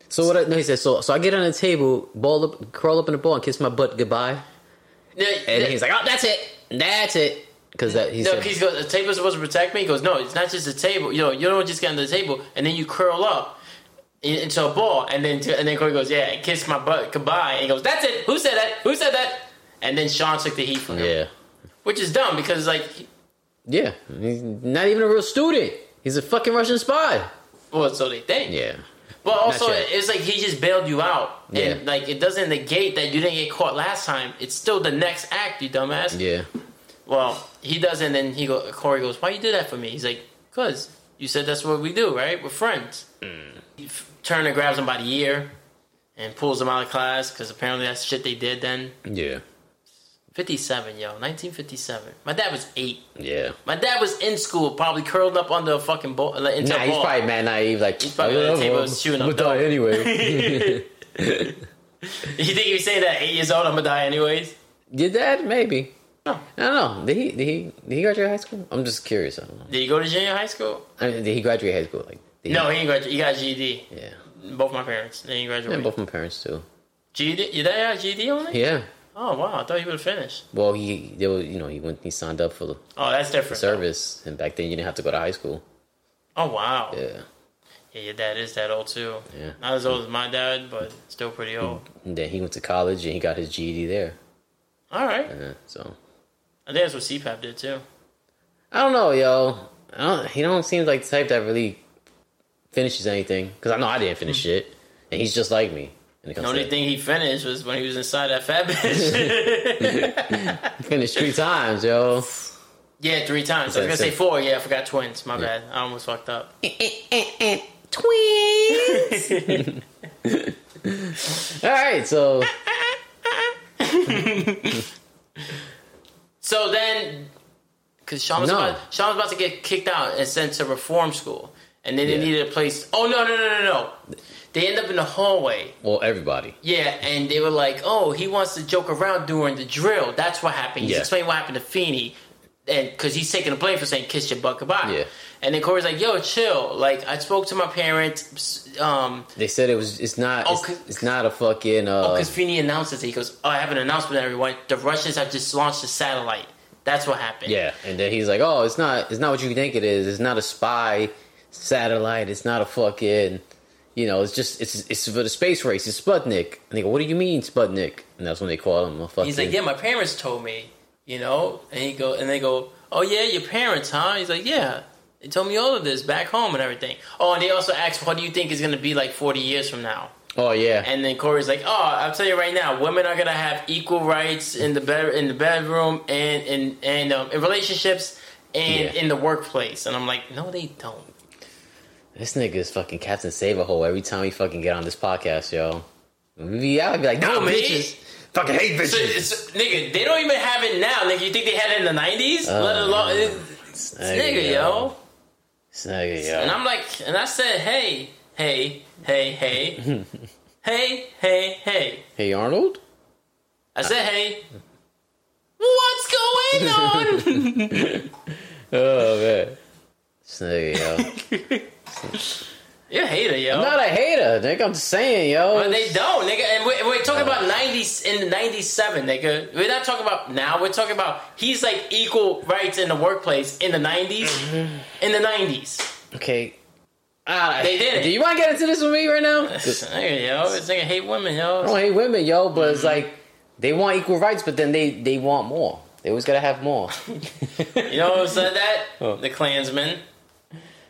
[SPEAKER 2] So what? I, no, he said. So so I get on the table, ball up, curl up in the ball, and kiss my butt goodbye. And he's like, oh, that's it, that's it, because that he
[SPEAKER 1] no,
[SPEAKER 2] said,
[SPEAKER 1] he's goes, the table's supposed to protect me. He goes, no, it's not just a table. You know, you don't just get under the table and then you curl up in- into a ball, and then to, and then Corey goes, yeah, and kiss my butt goodbye. And he goes, that's it. Who said that? Who said that? And then Sean took the heat from him,
[SPEAKER 2] yeah,
[SPEAKER 1] which is dumb because like,
[SPEAKER 2] yeah, he's not even a real student. He's a fucking Russian spy.
[SPEAKER 1] well, so they think.
[SPEAKER 2] Yeah,
[SPEAKER 1] But also,
[SPEAKER 2] yet.
[SPEAKER 1] it's like he just bailed you out, and
[SPEAKER 2] Yeah.
[SPEAKER 1] like it doesn't negate that you didn't get caught last time. It's still the next act, you dumbass.
[SPEAKER 2] yeah,
[SPEAKER 1] Well, he doesn't, and he go, Corey goes, "Why you do that for me?" He's like, "Cause you said that's what we do, right? We're friends."
[SPEAKER 2] Hmm.
[SPEAKER 1] F- Turner grabs him by the ear and pulls him out of class because apparently that's shit they did then.
[SPEAKER 2] yeah,
[SPEAKER 1] Fifty-seven, yo, nineteen fifty-seven. My dad was eight.
[SPEAKER 2] yeah.
[SPEAKER 1] My dad was in school, probably curled up under a fucking ball. Like, into
[SPEAKER 2] Nah,
[SPEAKER 1] a
[SPEAKER 2] he's
[SPEAKER 1] ball.
[SPEAKER 2] probably mad naive. Like he's
[SPEAKER 1] probably on the table shooting up
[SPEAKER 2] I'm gonna die anyway.
[SPEAKER 1] You think you say that eight years old? I'm gonna die anyways.
[SPEAKER 2] Your dad, maybe.
[SPEAKER 1] No.
[SPEAKER 2] I don't know. Did he? Did he? Did he graduate high school? I'm just curious. I don't know.
[SPEAKER 1] Did he go to junior high school?
[SPEAKER 2] I mean, did he graduate high school? Like did he-
[SPEAKER 1] No, he didn't graduate. He got GED.
[SPEAKER 2] Yeah.
[SPEAKER 1] Both my parents. They didn't graduate.
[SPEAKER 2] And both my parents too.
[SPEAKER 1] GED? You dad got GED on it?
[SPEAKER 2] Yeah.
[SPEAKER 1] Oh, wow. I thought you would have finished.
[SPEAKER 2] Well, he they were, you know he went he signed up for the
[SPEAKER 1] Oh, that's different.
[SPEAKER 2] service, and back then you didn't have to go to high school.
[SPEAKER 1] Oh, wow. Yeah.
[SPEAKER 2] Yeah.
[SPEAKER 1] your dad is that old, too.
[SPEAKER 2] Yeah. Mm.
[SPEAKER 1] Not as old as my dad, but still pretty old.
[SPEAKER 2] And then he went to college and he got his GED there.
[SPEAKER 1] All right.
[SPEAKER 2] Yeah, so
[SPEAKER 1] I think that's what CPAP did, too.
[SPEAKER 2] I don't know, yo. I don't, he don't seem like the type that really finishes anything. Because I know I didn't
[SPEAKER 1] Mm-hmm.
[SPEAKER 2] finish shit, and he's just like me. And it
[SPEAKER 1] The
[SPEAKER 2] comes
[SPEAKER 1] only
[SPEAKER 2] to
[SPEAKER 1] thing he finished was when he was inside that fat bitch.
[SPEAKER 2] finished three times, yo.
[SPEAKER 1] yeah, three times. I was going
[SPEAKER 2] That's
[SPEAKER 1] to say
[SPEAKER 2] it.
[SPEAKER 1] four. Yeah, I forgot twins. My bad. I almost fucked up.
[SPEAKER 2] Twins. All right, so
[SPEAKER 1] So then, because Sean was
[SPEAKER 2] No.
[SPEAKER 1] about, Sean was about to get kicked out and sent to reform school, and then they
[SPEAKER 2] Yeah.
[SPEAKER 1] needed a place. Oh no no no no no! They end up in the hallway.
[SPEAKER 2] well, everybody.
[SPEAKER 1] Yeah, and they were like, "Oh, he wants to joke around during the drill. That's what happened." He's
[SPEAKER 2] Yeah.
[SPEAKER 1] explaining what happened to Feeney. and because he's taking the blame for saying kiss your butt goodbye.
[SPEAKER 2] Yeah.
[SPEAKER 1] And then Corey's like, "Yo, chill. Like I spoke to my parents. Um,
[SPEAKER 2] They said it was. It's not.
[SPEAKER 1] Oh,
[SPEAKER 2] it's,
[SPEAKER 1] 'cause- Oh,
[SPEAKER 2] it's not a fucking. Uh,
[SPEAKER 1] because Feeney announces it. He goes, "Oh, I have an announcement, everyone. The Russians have just launched a satellite. That's what happened.
[SPEAKER 2] yeah, and then he's like, "Oh, it's not. It's not what you think it is. It's not a spy satellite. It's not a fucking. You know, it's just. It's it's for the space race. It's Sputnik." And they go, "What do you mean Sputnik?" And that's when they call him a fucking.
[SPEAKER 1] He's like, yeah, my parents told me, you know. And he go, and they go, oh yeah, your parents, huh? He's like, yeah, they told me all of this back home and everything. Oh, and they also asked, what do you think is gonna be like forty years from now?
[SPEAKER 2] "Oh yeah."
[SPEAKER 1] And then Corey's like, oh, I'll tell you right now, women are gonna have equal rights in the bed in the bedroom and in and um, in relationships and
[SPEAKER 2] Yeah.
[SPEAKER 1] in the workplace. And I'm like, no, they don't.
[SPEAKER 2] This nigga is fucking Captain Save a Hole every time we fucking get on this podcast, yo. We be out, we be like, no,
[SPEAKER 1] Nah, man.
[SPEAKER 2] bitches. Fucking hate
[SPEAKER 1] So,
[SPEAKER 2] bitches.
[SPEAKER 1] it's- nigga, they don't even have it now. Nigga, you think they had it in the nineties?
[SPEAKER 2] Uh,
[SPEAKER 1] Let alone, uh,
[SPEAKER 2] This
[SPEAKER 1] nigga, yo.
[SPEAKER 2] This nigga,
[SPEAKER 1] And
[SPEAKER 2] yo.
[SPEAKER 1] I'm like, and I said, hey, hey, hey, hey, hey, hey, hey.
[SPEAKER 2] Hey, Arnold?
[SPEAKER 1] I said, hey, what's going on?
[SPEAKER 2] Oh, man. This nigga, yo.
[SPEAKER 1] You're a hater, yo.
[SPEAKER 2] I'm not a hater, nigga. I'm just saying, yo.
[SPEAKER 1] but they don't, nigga. And we're, we're talking about 90s in 97, nigga. We're not talking about now. We're talking about he's like equal rights in the workplace in the 90s. in the 90s.
[SPEAKER 2] okay. Ah,
[SPEAKER 1] They did it.
[SPEAKER 2] Do you want to get into this with me right now? I
[SPEAKER 1] Nigga, yo. This nigga hate women, yo.
[SPEAKER 2] don't hate women, yo, but it's like, they want equal rights, but then they, they want more. They always gotta have more.
[SPEAKER 1] You know who said that?
[SPEAKER 2] Oh.
[SPEAKER 1] The Klansman.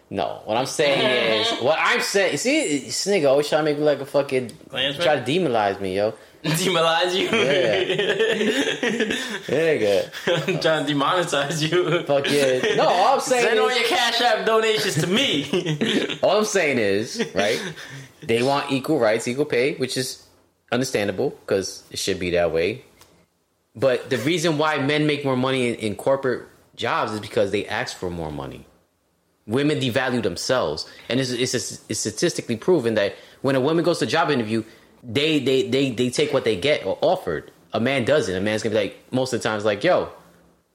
[SPEAKER 2] No, what I'm saying is, what I'm saying, see, this nigga always trying to make me like a fucking,
[SPEAKER 1] Klansman?
[SPEAKER 2] try to demonize me, yo.
[SPEAKER 1] Demonize you.
[SPEAKER 2] Nigga.
[SPEAKER 1] I'm trying to demonetize you.
[SPEAKER 2] Fuck yeah. No, all I'm saying
[SPEAKER 1] Send all
[SPEAKER 2] is-
[SPEAKER 1] your Cash App donations to me.
[SPEAKER 2] All I'm saying is, right? they want equal rights, equal pay, which is understandable because it should be that way. But the reason why men make more money in, in corporate jobs is because they ask for more money. Women devalue themselves, and it's, it's, it's statistically proven that when a woman goes to a job interview, they they they they take what they get or offered. A man doesn't. A man's gonna be like most of the times, like yo,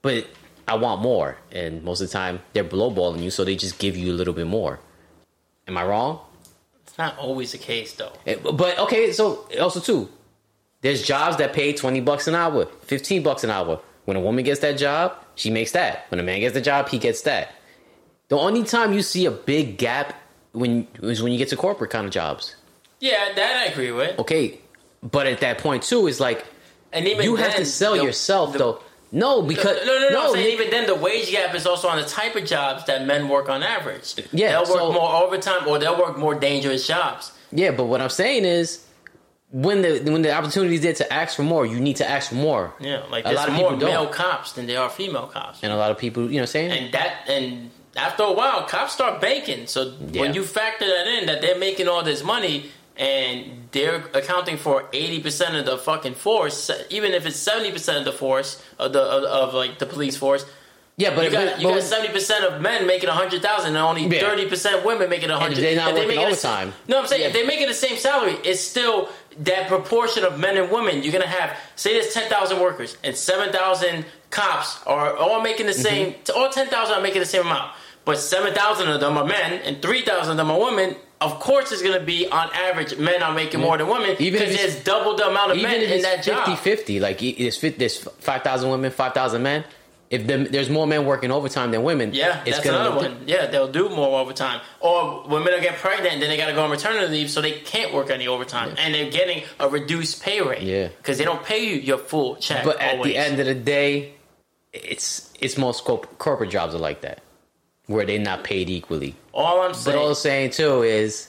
[SPEAKER 2] but I want more. And most of the time, they're blowballing you, so they just give you a little bit more. Am I wrong?
[SPEAKER 1] it's not always the case, though.
[SPEAKER 2] Eh, But okay, so also too, there's jobs that pay twenty bucks an hour, fifteen bucks an hour. When a woman gets that job, she makes that. When a man gets the job, he gets that. The only time you see a big gap when is when you get to corporate kind of jobs.
[SPEAKER 1] Yeah, that I agree with.
[SPEAKER 2] Okay, but at that point too, it's like
[SPEAKER 1] And even
[SPEAKER 2] you have
[SPEAKER 1] then,
[SPEAKER 2] to sell
[SPEAKER 1] the-
[SPEAKER 2] yourself
[SPEAKER 1] the-
[SPEAKER 2] though. No, because
[SPEAKER 1] No, no, no. I'm saying
[SPEAKER 2] nigga,
[SPEAKER 1] even then, the wage gap is also on the type of jobs that men work on average.
[SPEAKER 2] Yeah,
[SPEAKER 1] they'll work
[SPEAKER 2] so-
[SPEAKER 1] more overtime, or they'll work more dangerous jobs.
[SPEAKER 2] Yeah, but what I'm saying is, when the when the opportunity is there to ask for more, you need to ask for more.
[SPEAKER 1] Yeah, like
[SPEAKER 2] A
[SPEAKER 1] there's
[SPEAKER 2] lot of
[SPEAKER 1] more
[SPEAKER 2] people don't.
[SPEAKER 1] male cops than there are female cops,
[SPEAKER 2] And a lot of people, you know, what I'm saying
[SPEAKER 1] and that and after a while, cops start banking. So
[SPEAKER 2] Yeah.
[SPEAKER 1] when you factor that in, that they're making all this money and they're accounting for eighty percent of the fucking force, even if it's seventy percent of the force of the of, of like the police force.
[SPEAKER 2] yeah, but,
[SPEAKER 1] You got
[SPEAKER 2] but-
[SPEAKER 1] you got
[SPEAKER 2] but-
[SPEAKER 1] seventy percent of men making a hundred thousand, and only
[SPEAKER 2] Yeah.
[SPEAKER 1] thirty percent women making a hundred.
[SPEAKER 2] they're not
[SPEAKER 1] If they
[SPEAKER 2] working
[SPEAKER 1] making the
[SPEAKER 2] overtime.
[SPEAKER 1] s- No, I'm saying if
[SPEAKER 2] Yeah.
[SPEAKER 1] they're making the same salary, it's still that proportion of men and women. You're gonna have say there's ten thousand workers and seven thousand cops are all making the same.
[SPEAKER 2] Mm-hmm.
[SPEAKER 1] All ten thousand are making the same amount, but seven thousand of them are men and three thousand of them are women. Of course, it's gonna be on average men are making more than women
[SPEAKER 2] Even if
[SPEAKER 1] because
[SPEAKER 2] it's-
[SPEAKER 1] there's double the amount of
[SPEAKER 2] even
[SPEAKER 1] men
[SPEAKER 2] if
[SPEAKER 1] in that
[SPEAKER 2] it's
[SPEAKER 1] job.
[SPEAKER 2] 50-50, like it- it's fif- there's five thousand women, five thousand men. If them, there's more men working overtime than women,
[SPEAKER 1] Yeah,
[SPEAKER 2] it's
[SPEAKER 1] that's
[SPEAKER 2] gonna
[SPEAKER 1] another
[SPEAKER 2] look
[SPEAKER 1] one. Yeah, they'll do more overtime. Or women will get pregnant and then they gotta go on maternity leave so they can't work any overtime. And they're getting a reduced pay rate.
[SPEAKER 2] Yeah.
[SPEAKER 1] Because they don't pay you your full check.
[SPEAKER 2] But at
[SPEAKER 1] always.
[SPEAKER 2] the end of the day, it's it's most corp- corporate jobs are like that, where they're not paid equally.
[SPEAKER 1] all I'm
[SPEAKER 2] But
[SPEAKER 1] saying
[SPEAKER 2] all I'm saying too is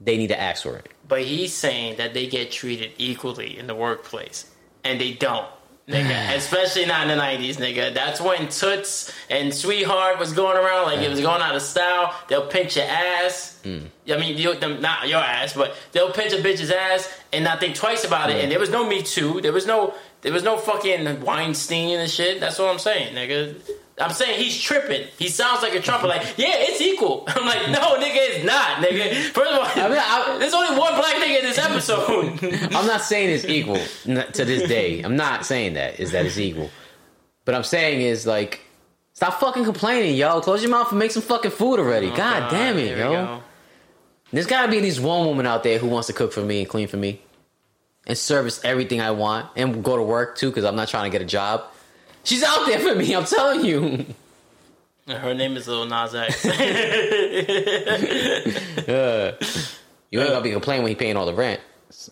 [SPEAKER 2] they need to ask for it.
[SPEAKER 1] but he's saying that they get treated equally in the workplace. And they don't. Nigga, especially not in the nineties, nigga. That's when Toots and Sweetheart was going around like it was going out of style. They'll pinch your ass. I mean, you, them, not your ass, but they'll pinch a bitch's ass and not think twice about it. And there was no Me Too. There was no. There was no fucking Weinstein and shit. That's what I'm saying, nigga. I'm saying he's tripping. He sounds like a Trumper. Like, yeah, it's equal. I'm like, no, nigga, it's not, nigga. First of all,
[SPEAKER 2] mean, I-
[SPEAKER 1] there's only one black nigga in this episode.
[SPEAKER 2] I'm not saying it's equal n- to this day. I'm not saying that is that it's equal. But I'm saying is like Stop fucking complaining, yo. Close your mouth and make some fucking food already.
[SPEAKER 1] Oh,
[SPEAKER 2] God, damn it,
[SPEAKER 1] here we
[SPEAKER 2] yo.
[SPEAKER 1] go.
[SPEAKER 2] There's gotta be at least one woman out there who wants to cook for me and clean for me and service everything I want and go to work too because I'm not trying to get a job. She's out there for me, I'm telling you.
[SPEAKER 1] Her name is Lil Nas X.
[SPEAKER 2] You ain't gonna be complaining when he paying all the rent.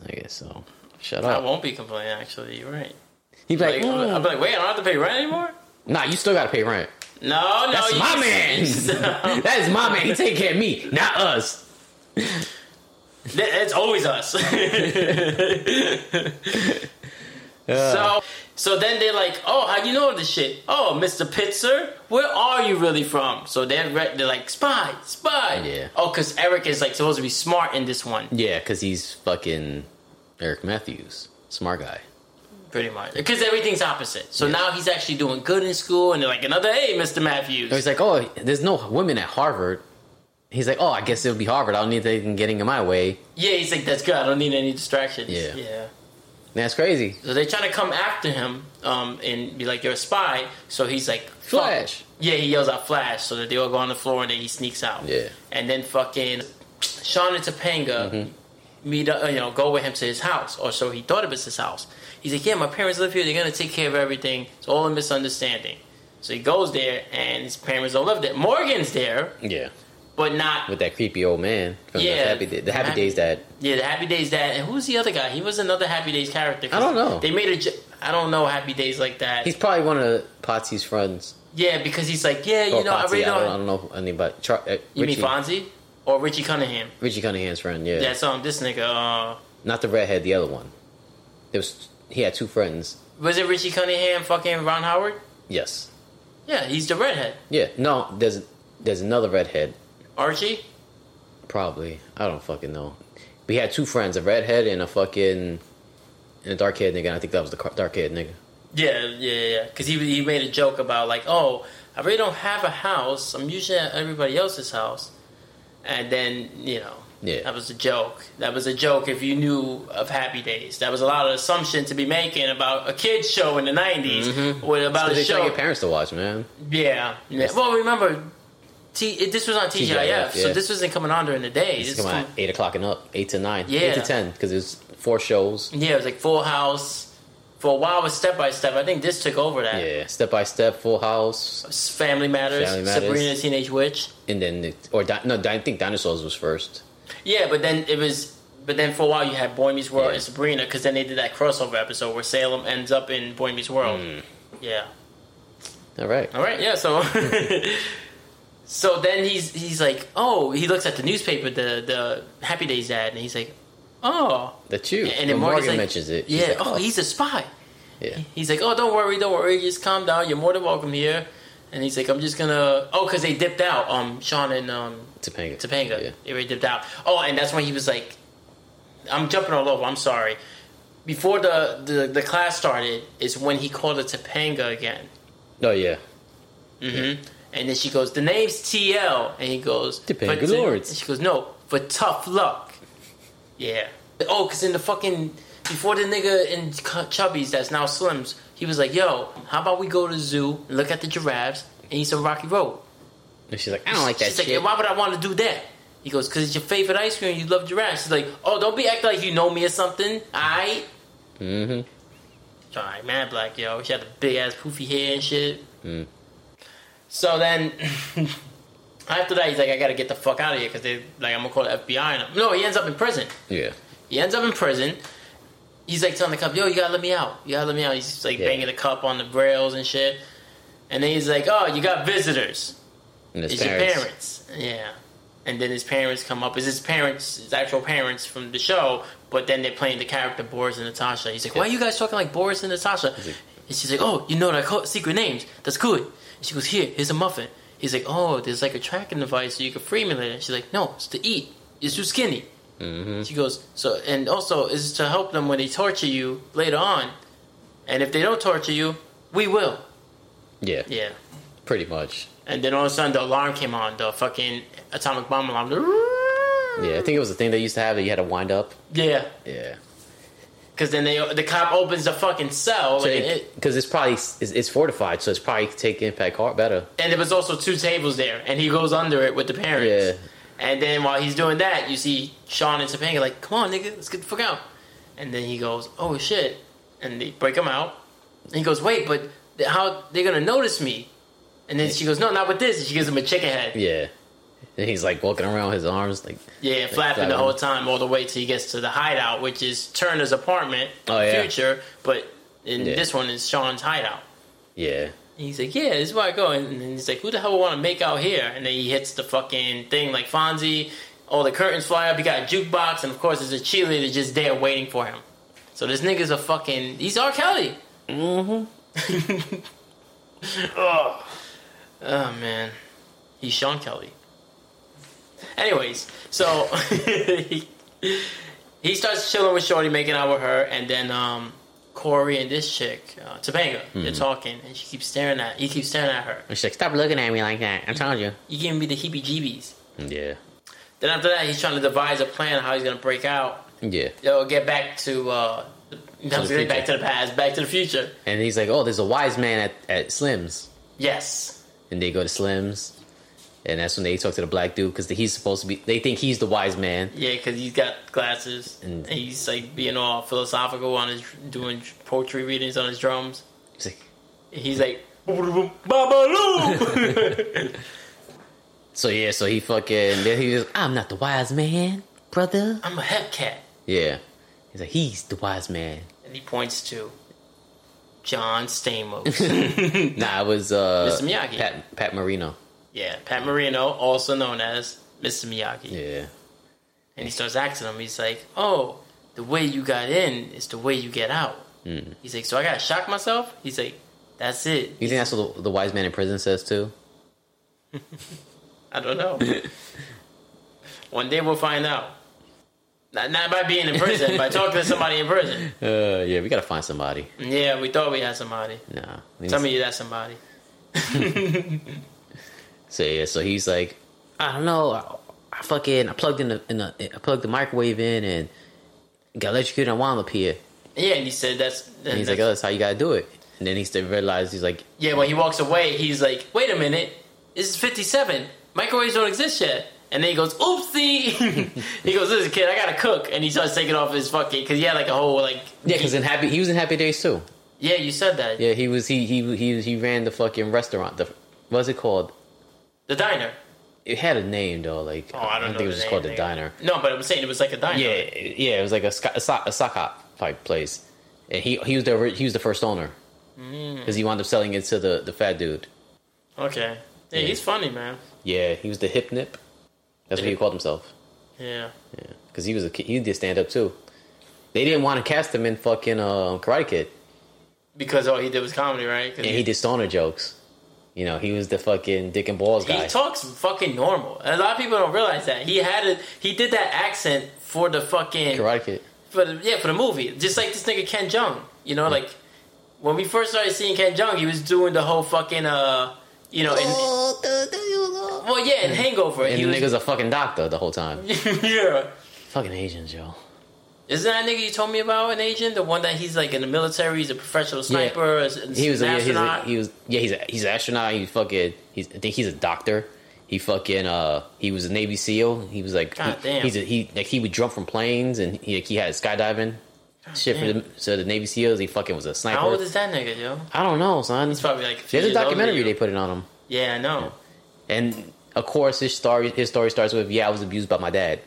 [SPEAKER 2] I guess so. Shut
[SPEAKER 1] I
[SPEAKER 2] up.
[SPEAKER 1] won't be complaining. Actually, you're right.
[SPEAKER 2] He be like,
[SPEAKER 1] Like, I'm, I'm
[SPEAKER 2] "Mm,
[SPEAKER 1] like, wait, I don't have to pay rent anymore.
[SPEAKER 2] nah, you still gotta pay rent.
[SPEAKER 1] No, no,
[SPEAKER 2] That's
[SPEAKER 1] you-
[SPEAKER 2] my man. that is my man. He take care of me, not us.
[SPEAKER 1] Th- It's always us. so, so then they're like, "Oh, how you know this shit? Oh, Mister Pitzer, where are you really from?" So they're re- they're like, "Spy, spy."
[SPEAKER 2] Yeah.
[SPEAKER 1] Oh, because Eric is like supposed to be smart in this one,
[SPEAKER 2] Yeah, because he's fucking Eric Matthews, smart guy.
[SPEAKER 1] pretty much, because everything's opposite. So now he's actually doing good in school, and they're like, "Another hey, Mister Matthews."
[SPEAKER 2] And he's like, oh, there's no women at Harvard. He's like, oh, I guess it'll be Harvard. I don't need anything getting in my way.
[SPEAKER 1] yeah, he's like, "That's good. I don't need any distractions."
[SPEAKER 2] Yeah.
[SPEAKER 1] yeah.
[SPEAKER 2] That's crazy.
[SPEAKER 1] So they're trying to come after him um, and be like, "You're a spy." So he's like, "Fuck."
[SPEAKER 2] Flash.
[SPEAKER 1] Yeah, he yells out "Flash" so that they all go on the floor and then he sneaks out.
[SPEAKER 2] Yeah.
[SPEAKER 1] and then fucking Sean and Topanga
[SPEAKER 2] Mm-hmm.
[SPEAKER 1] meet up, you know, go with him to his house, or so he thought it was his house. He's like, "Yeah, my parents live here. They're gonna take care of everything. It's all a misunderstanding." So he goes there, and his parents don't live there. Morgan's there,
[SPEAKER 2] Yeah.
[SPEAKER 1] but not.
[SPEAKER 2] With that creepy old man from
[SPEAKER 1] Yeah.
[SPEAKER 2] the Happy, Day- the happy
[SPEAKER 1] Happy-
[SPEAKER 2] Days that
[SPEAKER 1] Yeah, the Happy Days dad, and who's the other guy? He was another Happy Days character. 'cause
[SPEAKER 2] I don't know.
[SPEAKER 1] They made a. j- I don't know Happy Days like that.
[SPEAKER 2] he's probably one of Patsy's friends.
[SPEAKER 1] Yeah, because he's like, yeah, you
[SPEAKER 2] Or
[SPEAKER 1] know, I
[SPEAKER 2] Patsy,
[SPEAKER 1] really
[SPEAKER 2] Oh, I
[SPEAKER 1] don't.
[SPEAKER 2] don't, I don't know anybody. Char- uh,
[SPEAKER 1] You
[SPEAKER 2] Richie,
[SPEAKER 1] mean Fonzie or Richie Cunningham?
[SPEAKER 2] Richie Cunningham's friend. Yeah.
[SPEAKER 1] That's um, this nigga. Uh,
[SPEAKER 2] Not the redhead, the other one. There was he had two friends.
[SPEAKER 1] was it Richie Cunningham? Fucking Ron Howard?
[SPEAKER 2] Yes.
[SPEAKER 1] Yeah, he's the redhead.
[SPEAKER 2] Yeah. No. There's there's another redhead.
[SPEAKER 1] Archie.
[SPEAKER 2] Probably. I don't fucking know. We had two friends, a redhead and a fucking and a dark haired nigga. And I think that was the car- dark haired nigga.
[SPEAKER 1] Yeah, yeah, yeah. Because he he made a joke about like, oh, I really don't have a house. I'm usually at everybody else's house, and then you know.
[SPEAKER 2] Yeah.
[SPEAKER 1] That was a joke. That was a joke if you knew of Happy Days. That was a lot of assumption to be making about a kids show in the 90s with about
[SPEAKER 2] Because
[SPEAKER 1] a
[SPEAKER 2] they try
[SPEAKER 1] show
[SPEAKER 2] your parents to watch, man.
[SPEAKER 1] Yeah. yeah.
[SPEAKER 2] Yes.
[SPEAKER 1] Well, remember, T, it, this was on TGIF,
[SPEAKER 2] TGIF,
[SPEAKER 1] so
[SPEAKER 2] yeah.
[SPEAKER 1] this wasn't coming on during the day.
[SPEAKER 2] It's
[SPEAKER 1] This
[SPEAKER 2] coming out
[SPEAKER 1] was
[SPEAKER 2] eight o'clock and up, eight to nine, eight
[SPEAKER 1] Yeah.
[SPEAKER 2] to ten, because was four shows.
[SPEAKER 1] com- yeah, it was like Full House. For a while, it was Step by Step. I think this took over that.
[SPEAKER 2] Yeah, step by step, Full House,
[SPEAKER 1] It's Family Matters,
[SPEAKER 2] Family Matters.
[SPEAKER 1] Sabrina the Teenage Witch.
[SPEAKER 2] and then the, or di- no, di- I think Dinosaurs was first.
[SPEAKER 1] Yeah, but then it was. But then for a while you had Boy Meets World
[SPEAKER 2] Yeah.
[SPEAKER 1] and Sabrina because then they did that crossover episode where Salem ends up in Boy Meets World.
[SPEAKER 2] Hmm.
[SPEAKER 1] Yeah.
[SPEAKER 2] All right,
[SPEAKER 1] All right, yeah. So, so then he's he's like, oh, he looks at the newspaper, the the Happy Days ad, and he's like, oh,
[SPEAKER 2] that's you.
[SPEAKER 1] And
[SPEAKER 2] And
[SPEAKER 1] then
[SPEAKER 2] then
[SPEAKER 1] Morgan's
[SPEAKER 2] Morgan
[SPEAKER 1] like,
[SPEAKER 2] mentions it. She's
[SPEAKER 1] Yeah.
[SPEAKER 2] like,
[SPEAKER 1] oh, he's a spy.
[SPEAKER 2] yeah.
[SPEAKER 1] He's like, oh, don't worry, don't worry. Just calm down. You're more than welcome here. And he's like, I'm just gonna. Oh, because they dipped out. Um, Sean and um
[SPEAKER 2] Topanga.
[SPEAKER 1] Topanga.
[SPEAKER 2] Yeah.
[SPEAKER 1] They already dipped out. Oh, and that's when he was like, I'm jumping all over. I'm sorry. Before the the, the class started is when he called her Topanga again.
[SPEAKER 2] Oh yeah.
[SPEAKER 1] Mm-hmm. And then she goes, the name's TL. And he goes,
[SPEAKER 2] Topanga
[SPEAKER 1] "For t-
[SPEAKER 2] Lawrence."
[SPEAKER 1] And she goes, no, for tough luck. Yeah. Oh, because in the fucking, before the nigga in Cu- Chubby's that's now Slim's, he was like, yo, how about we go to the zoo, and look at the giraffes, and eat some Rocky Road?
[SPEAKER 2] And she's like, I don't like that
[SPEAKER 1] She's
[SPEAKER 2] shit.
[SPEAKER 1] like, "Yeah, why would I want to do that? He goes, because it's your favorite ice cream, you love giraffes. She's like, oh, don't be acting like you know me or something, alright?
[SPEAKER 2] mm-hmm.
[SPEAKER 1] All right, man, black yo. She had the big ass poofy hair and shit.
[SPEAKER 2] Mm.
[SPEAKER 1] So then, after that, he's like, I gotta get the fuck out of here because they like I'm gonna call the FBI. And I'm, no, he ends up in prison.
[SPEAKER 2] Yeah.
[SPEAKER 1] He ends up in prison. He's like telling the cop, "Yo, you gotta let me out. You gotta let me out." He's just, like
[SPEAKER 2] Yeah.
[SPEAKER 1] banging the cup on the rails and shit. And then he's like, "Oh, you got visitors.
[SPEAKER 2] And his
[SPEAKER 1] It's your parents." Yeah. And then his parents come up. It's his parents, his actual parents from the show. But then they're playing the character Boris and Natasha. He's like, "Why are you guys talking like Boris and Natasha?"
[SPEAKER 2] like-
[SPEAKER 1] and she's like, "Oh, you know their co- secret names. That's good." And she goes, "Here, here's a muffin." He's like, "Oh, there's like a tracking device so you can formulate it." She's like, "No, it's to eat. It's too skinny."
[SPEAKER 2] Mm-hmm.
[SPEAKER 1] She goes, so, and also is to help them when they torture you later on. And if they don't torture you, we will.
[SPEAKER 2] Yeah,
[SPEAKER 1] Yeah.
[SPEAKER 2] Pretty much.
[SPEAKER 1] And then all of a sudden the alarm came on, the fucking atomic bomb alarm. The-
[SPEAKER 2] Yeah. I think it was the thing they used to have that you had to wind up.
[SPEAKER 1] Yeah.
[SPEAKER 2] Yeah.
[SPEAKER 1] Because then they, the cop opens the fucking cell, like, it-
[SPEAKER 2] because it's probably it's, it's fortified, so it's probably could take impact hard better.
[SPEAKER 1] and there was also two tables there, and he goes under it with the parents. And then while he's doing that, you see Sean and Topanga like, "Come on, nigga, let's get the fuck out." And then he goes, "Oh shit!" And they break him out. And he goes, "Wait, but th- how they gonna notice me?" And then she goes, "No, not with this." And she gives him a chicken head. Yeah,
[SPEAKER 2] Yeah, and he's like walking around with his arms like
[SPEAKER 1] flapping the
[SPEAKER 2] flapping.
[SPEAKER 1] whole time, all the way till he gets to the hideout, which is Turner's apartment.
[SPEAKER 2] Oh, yeah.
[SPEAKER 1] Future, but in
[SPEAKER 2] Yeah.
[SPEAKER 1] this one is Sean's hideout.
[SPEAKER 2] yeah.
[SPEAKER 1] And he's like, yeah, this is where I go. And and he's like, who the hell would want to make out here? And then he hits the fucking thing like Fonzie. All the curtains fly up. He got a jukebox. And of course, there's a cheerleader just there waiting for him. So this nigga's a fucking. He's R. Kelly. Mm hmm. oh. oh, man. He's Sean Kelly. Anyways, so he, he starts chilling with Shorty, making out with her, and then um, Corey and this chick, uh, Topanga, they're talking, and she keeps staring at. He keeps staring at her.
[SPEAKER 2] And she's like, stop looking at me like that. I told you.
[SPEAKER 1] You giving me the heebie-jeebies.
[SPEAKER 2] Yeah,
[SPEAKER 1] Then after that, he's trying to devise a plan on how he's gonna break out.
[SPEAKER 2] yeah.
[SPEAKER 1] Yo, get back to. Uh,
[SPEAKER 2] the future.
[SPEAKER 1] back to the past, back to the future.
[SPEAKER 2] And he's like, oh, there's a wise man at, at Slim's,
[SPEAKER 1] Yes,
[SPEAKER 2] and they go to Slim's, and that's when they talk to the black dude because he's supposed to be. They think he's the wise man.
[SPEAKER 1] yeah, because he's got glasses
[SPEAKER 2] And-
[SPEAKER 1] and he's like being all philosophical on his doing poetry readings on his drums.
[SPEAKER 2] He's like,
[SPEAKER 1] He's like, Babaloo!
[SPEAKER 2] so yeah, so he fucking. Then he was, I'm not the wise man, brother.
[SPEAKER 1] I'm a Hepcat.
[SPEAKER 2] Yeah, he's like, he's the wise man.
[SPEAKER 1] And he points to John Stamos.
[SPEAKER 2] Nah, it was uh,
[SPEAKER 1] Mr. Miyagi.
[SPEAKER 2] Pat, Pat Marino.
[SPEAKER 1] yeah, Pat Marino, also known as Mr. Miyagi.
[SPEAKER 2] Yeah,
[SPEAKER 1] And he starts asking him, he's like, Oh, the way you got in is the way you get out.
[SPEAKER 2] Mm.
[SPEAKER 1] He's like, So I gotta shock myself? He's like, That's it.
[SPEAKER 2] you think that's what the, the wise man in prison says too?
[SPEAKER 1] I don't know. One day we'll find out. Not, not by being in prison, by talking to somebody in prison.
[SPEAKER 2] Uh, yeah, we gotta find somebody.
[SPEAKER 1] Yeah, we thought we had somebody.
[SPEAKER 2] Nah,
[SPEAKER 1] Tell me that's somebody.
[SPEAKER 2] So yeah, so he's like, I don't know, I, I fucking I plugged in the, in the I plugged the microwave in and got electrocuted and wound up here.
[SPEAKER 1] Yeah, and he said that's.
[SPEAKER 2] And he's like, oh, that's how you gotta do it. And then he still realized he's like,
[SPEAKER 1] yeah, when he walks away, he's like, wait a minute, this is 57. Microwaves don't exist yet. And then he goes, oopsie. he goes, listen, kid, I gotta cook. And he starts taking off his fucking, because he had like a whole, like.
[SPEAKER 2] yeah, because in happy he was in Happy Days too.
[SPEAKER 1] Yeah, you said that.
[SPEAKER 2] Yeah, he was he he he he ran the fucking restaurant. The what's it called?
[SPEAKER 1] The diner.
[SPEAKER 2] It had a name though. Like
[SPEAKER 1] Oh, I don't, know.
[SPEAKER 2] think it was
[SPEAKER 1] the name,
[SPEAKER 2] just called the
[SPEAKER 1] nigga.
[SPEAKER 2] diner.
[SPEAKER 1] No, but I'm saying it was like a diner.
[SPEAKER 2] Yeah, it- yeah, it was like a sc- a, sock, a sock hop type place, and he he was the ori- he was the first owner because he wound up selling it to the the fat dude.
[SPEAKER 1] Okay. Yeah,
[SPEAKER 2] Yeah.
[SPEAKER 1] he's funny, man.
[SPEAKER 2] Yeah, he was the hip nip. That's what he called himself.
[SPEAKER 1] Yeah.
[SPEAKER 2] Yeah, because he was a ki- he did stand up too. They didn't want to cast him in fucking uh, Karate Kid,
[SPEAKER 1] Because all he did was comedy, right? 'Cause
[SPEAKER 2] and he did stoner jokes. You know, he was the fucking dick and balls
[SPEAKER 1] He
[SPEAKER 2] guy.
[SPEAKER 1] talks fucking normal. A lot of people don't realize that he had it. He did that accent for the fucking
[SPEAKER 2] Karate Kid.
[SPEAKER 1] for the, yeah for the movie. Just like this nigga Ken Jong. You know, like when we first started seeing Ken Jong, he was doing the whole fucking uh, you know,
[SPEAKER 2] Oh.
[SPEAKER 1] in, well yeah, in Hangover,
[SPEAKER 2] And
[SPEAKER 1] he
[SPEAKER 2] the
[SPEAKER 1] was
[SPEAKER 2] nigga's a fucking doctor the whole time.
[SPEAKER 1] yeah.
[SPEAKER 2] fucking Asians, yo.
[SPEAKER 1] Isn't that nigga you told me about an Asian? The one that he's like in the military, he's a professional sniper, is- is
[SPEAKER 2] He was,
[SPEAKER 1] an
[SPEAKER 2] a, yeah, he's a,
[SPEAKER 1] astronaut.
[SPEAKER 2] he was yeah he's a, he's an astronaut. He fucking he's I think he's a doctor. He fucking uh he was a Navy SEAL. He was like
[SPEAKER 1] God
[SPEAKER 2] he,
[SPEAKER 1] damn.
[SPEAKER 2] he's a, he like he would jump from planes and he like, he had skydiving shit for
[SPEAKER 1] damn.
[SPEAKER 2] the, so the Navy SEALs. He fucking was a sniper.
[SPEAKER 1] How old is that nigga, yo?
[SPEAKER 2] I don't know, son.
[SPEAKER 1] He's probably like. a few
[SPEAKER 2] There's a
[SPEAKER 1] years older
[SPEAKER 2] documentary
[SPEAKER 1] than
[SPEAKER 2] they
[SPEAKER 1] you.
[SPEAKER 2] put it on him,
[SPEAKER 1] Yeah, I know.
[SPEAKER 2] and of course his story his story starts with yeah I was abused by my dad.